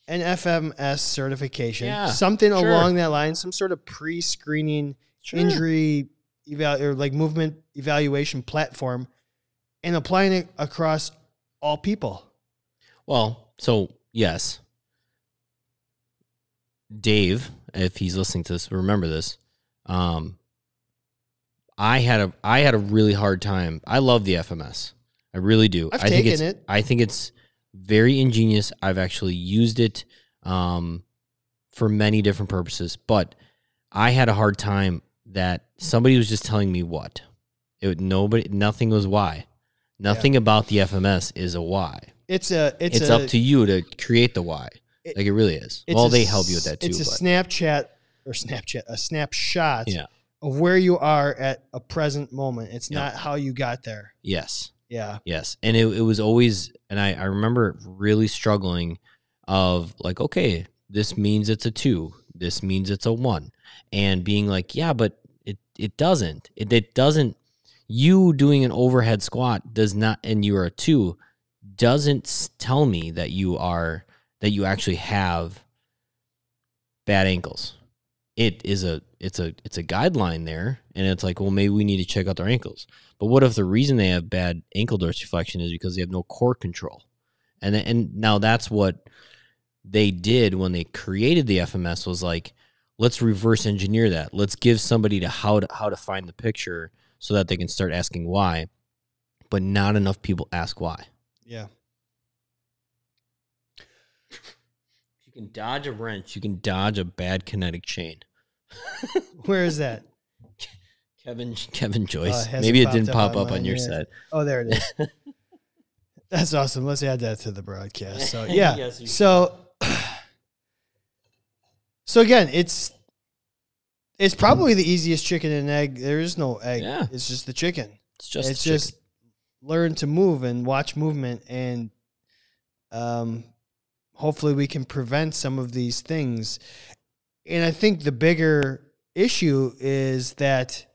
Speaker 1: an FMS certification,
Speaker 2: Yeah,
Speaker 1: something
Speaker 2: sure.
Speaker 1: along that line, some sort of pre-screening injury eval or like movement evaluation platform, and applying it across all people.
Speaker 2: Well, so yes. Dave, if he's listening to this, remember this. Um I had a I had a really hard time. I love the FMS. I really do.
Speaker 1: I've
Speaker 2: I think
Speaker 1: taken
Speaker 2: it's
Speaker 1: it.
Speaker 2: I think it's very ingenious. I've actually used it um for many different purposes, but I had a hard time that somebody was just telling me what. It would- nobody nothing was why. Nothing about the FMS is a why
Speaker 1: It's a it's,
Speaker 2: it's,
Speaker 1: a,
Speaker 2: up to you to create the why.
Speaker 1: It-
Speaker 2: like it really is.
Speaker 1: it's
Speaker 2: well,
Speaker 1: a
Speaker 2: they help you with
Speaker 1: s-
Speaker 2: that too.
Speaker 1: It's a
Speaker 2: but
Speaker 1: Snapchat or Snapchat a snapshot
Speaker 2: Yeah.
Speaker 1: of where you are at a present moment. It's
Speaker 2: Yeah.
Speaker 1: not how you got there.
Speaker 2: yes,
Speaker 1: Yeah.
Speaker 2: yes, and it, it was always, and I I remember really struggling of like, okay, this means it's a two, this means it's a one, and being like, yeah, but it it doesn't, it, it doesn't. You doing an overhead squat does not, and you are a two, doesn't s- tell me that you are that you actually have bad ankles. It is a it's a it's a guideline there, and it's like, well, maybe we need to check out their ankles. But what if the reason they have bad ankle dorsiflexion is because they have no core control, and th- and now that's what they did when they created the FMS was like, let's reverse engineer that. Let's give somebody to how to how to find the picture so that they can start asking why, but not enough people ask why.
Speaker 1: Yeah.
Speaker 2: You can dodge a wrench. You can dodge a bad kinetic chain.
Speaker 1: Where is that?
Speaker 2: Kevin Kevin Joyce.
Speaker 1: Oh, hasn't
Speaker 2: Maybe it
Speaker 1: popped
Speaker 2: didn't
Speaker 1: up
Speaker 2: pop
Speaker 1: on
Speaker 2: up on
Speaker 1: mine
Speaker 2: your
Speaker 1: yet.
Speaker 2: set.
Speaker 1: Oh, there it is. That's awesome. Let's add that to the broadcast. So yeah.
Speaker 2: Yes, you
Speaker 1: so so again, it's it's probably the easiest chicken and egg. There is no egg.
Speaker 2: Yeah.
Speaker 1: It's just the chicken.
Speaker 2: It's just
Speaker 1: it's
Speaker 2: chicken.
Speaker 1: just learn to move and watch movement and um hopefully we can prevent some of these things and i think the bigger issue is that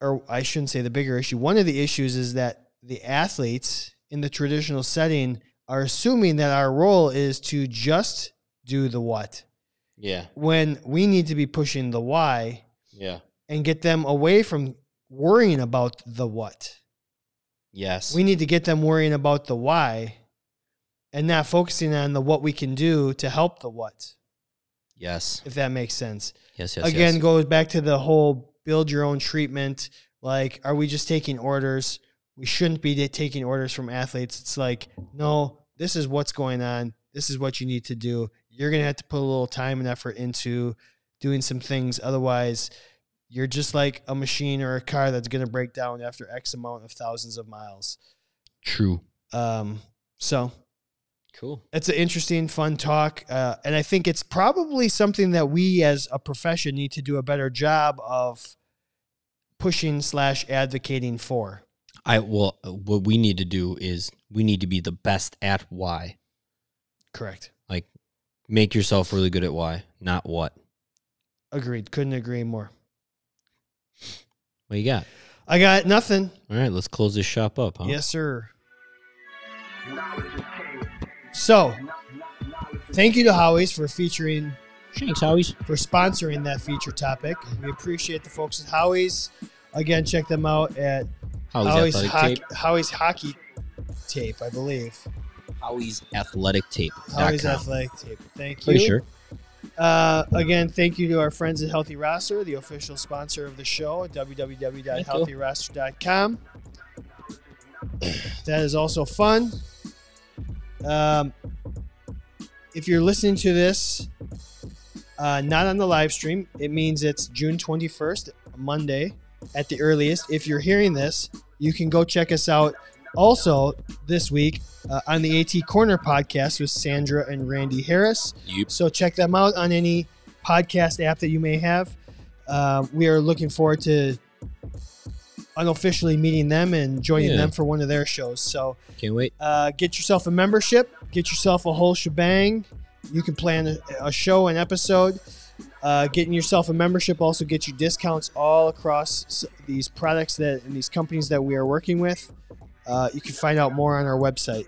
Speaker 1: or i shouldn't say the bigger issue one of the issues is that the athletes in the traditional setting are assuming that our role is to just do the what
Speaker 2: yeah,
Speaker 1: when we need to be pushing the why
Speaker 2: yeah,
Speaker 1: and get them away from worrying about the what.
Speaker 2: yes,
Speaker 1: We need to get them worrying about the why and not focusing on the what we can do to help the what,
Speaker 2: yes,
Speaker 1: if that makes sense.
Speaker 2: yes, yes.
Speaker 1: Again,
Speaker 2: yes.
Speaker 1: goes back to the whole build your own treatment. Like, are we just taking orders? We shouldn't be taking orders from athletes. It's like, no, this is what's going on. This is what you need to do. You're going to have to put a little time and effort into doing some things. Otherwise, you're just like a machine or a car that's going to break down after X amount of thousands of miles.
Speaker 2: true.
Speaker 1: Um, so
Speaker 2: Cool.
Speaker 1: it's an interesting, fun talk, uh, and I think it's probably something that we as a profession need to do a better job of pushing slash advocating for.
Speaker 2: I well, uh, what we need to do is we need to be the best at why.
Speaker 1: Correct.
Speaker 2: Make yourself really good at why, not what.
Speaker 1: Agreed. Couldn't agree more.
Speaker 2: What you got?
Speaker 1: I got nothing.
Speaker 2: All right, let's close this shop up, huh?
Speaker 1: Yes, sir. So, thank you to Howie's for featuring
Speaker 2: Thanks, Howies.
Speaker 1: for sponsoring that feature topic. We appreciate the folks at Howie's. Again, check them out at
Speaker 2: Howie's
Speaker 1: Howie's,
Speaker 2: Oh, athletic
Speaker 1: hockey,
Speaker 2: tape.
Speaker 1: Howie's hockey tape, I believe.
Speaker 2: Howie's athletic tape.
Speaker 1: Howie's athletic tape. Thank you.
Speaker 2: Pretty sure.
Speaker 1: Uh, again, thank you to our friends at Healthy Roster, the official sponsor of the show at www.healthyroster.com. That is also fun. Um, if you're listening to this, uh, not on the live stream, it means it's June 21st, Monday at the earliest. If you're hearing this, you can go check us out also this week uh, on the AT Corner podcast with Sandra and Randy Harris.
Speaker 2: Yep.
Speaker 1: So check them out on any podcast app that you may have. Uh, we are looking forward to unofficially meeting them and joining
Speaker 2: Yeah.
Speaker 1: them for one of their shows. So
Speaker 2: Can't wait.
Speaker 1: uh, get yourself a membership, get yourself a whole shebang. You can plan a, a show, an episode. Uh, getting yourself a membership also gets you discounts all across s- these products that and these companies that we are working with. Uh, you can find out more on our website.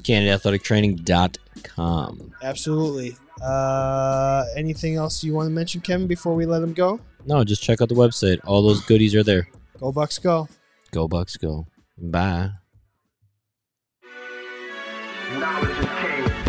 Speaker 2: CanadaAthleticTraining.com.
Speaker 1: Absolutely. Uh, anything else you want to mention, Kevin, before we let them go?
Speaker 2: No, just check out the website. All those goodies are there.
Speaker 1: Go Bucks, go.
Speaker 2: Go Bucks, go. Bye.
Speaker 3: Knowledge is king.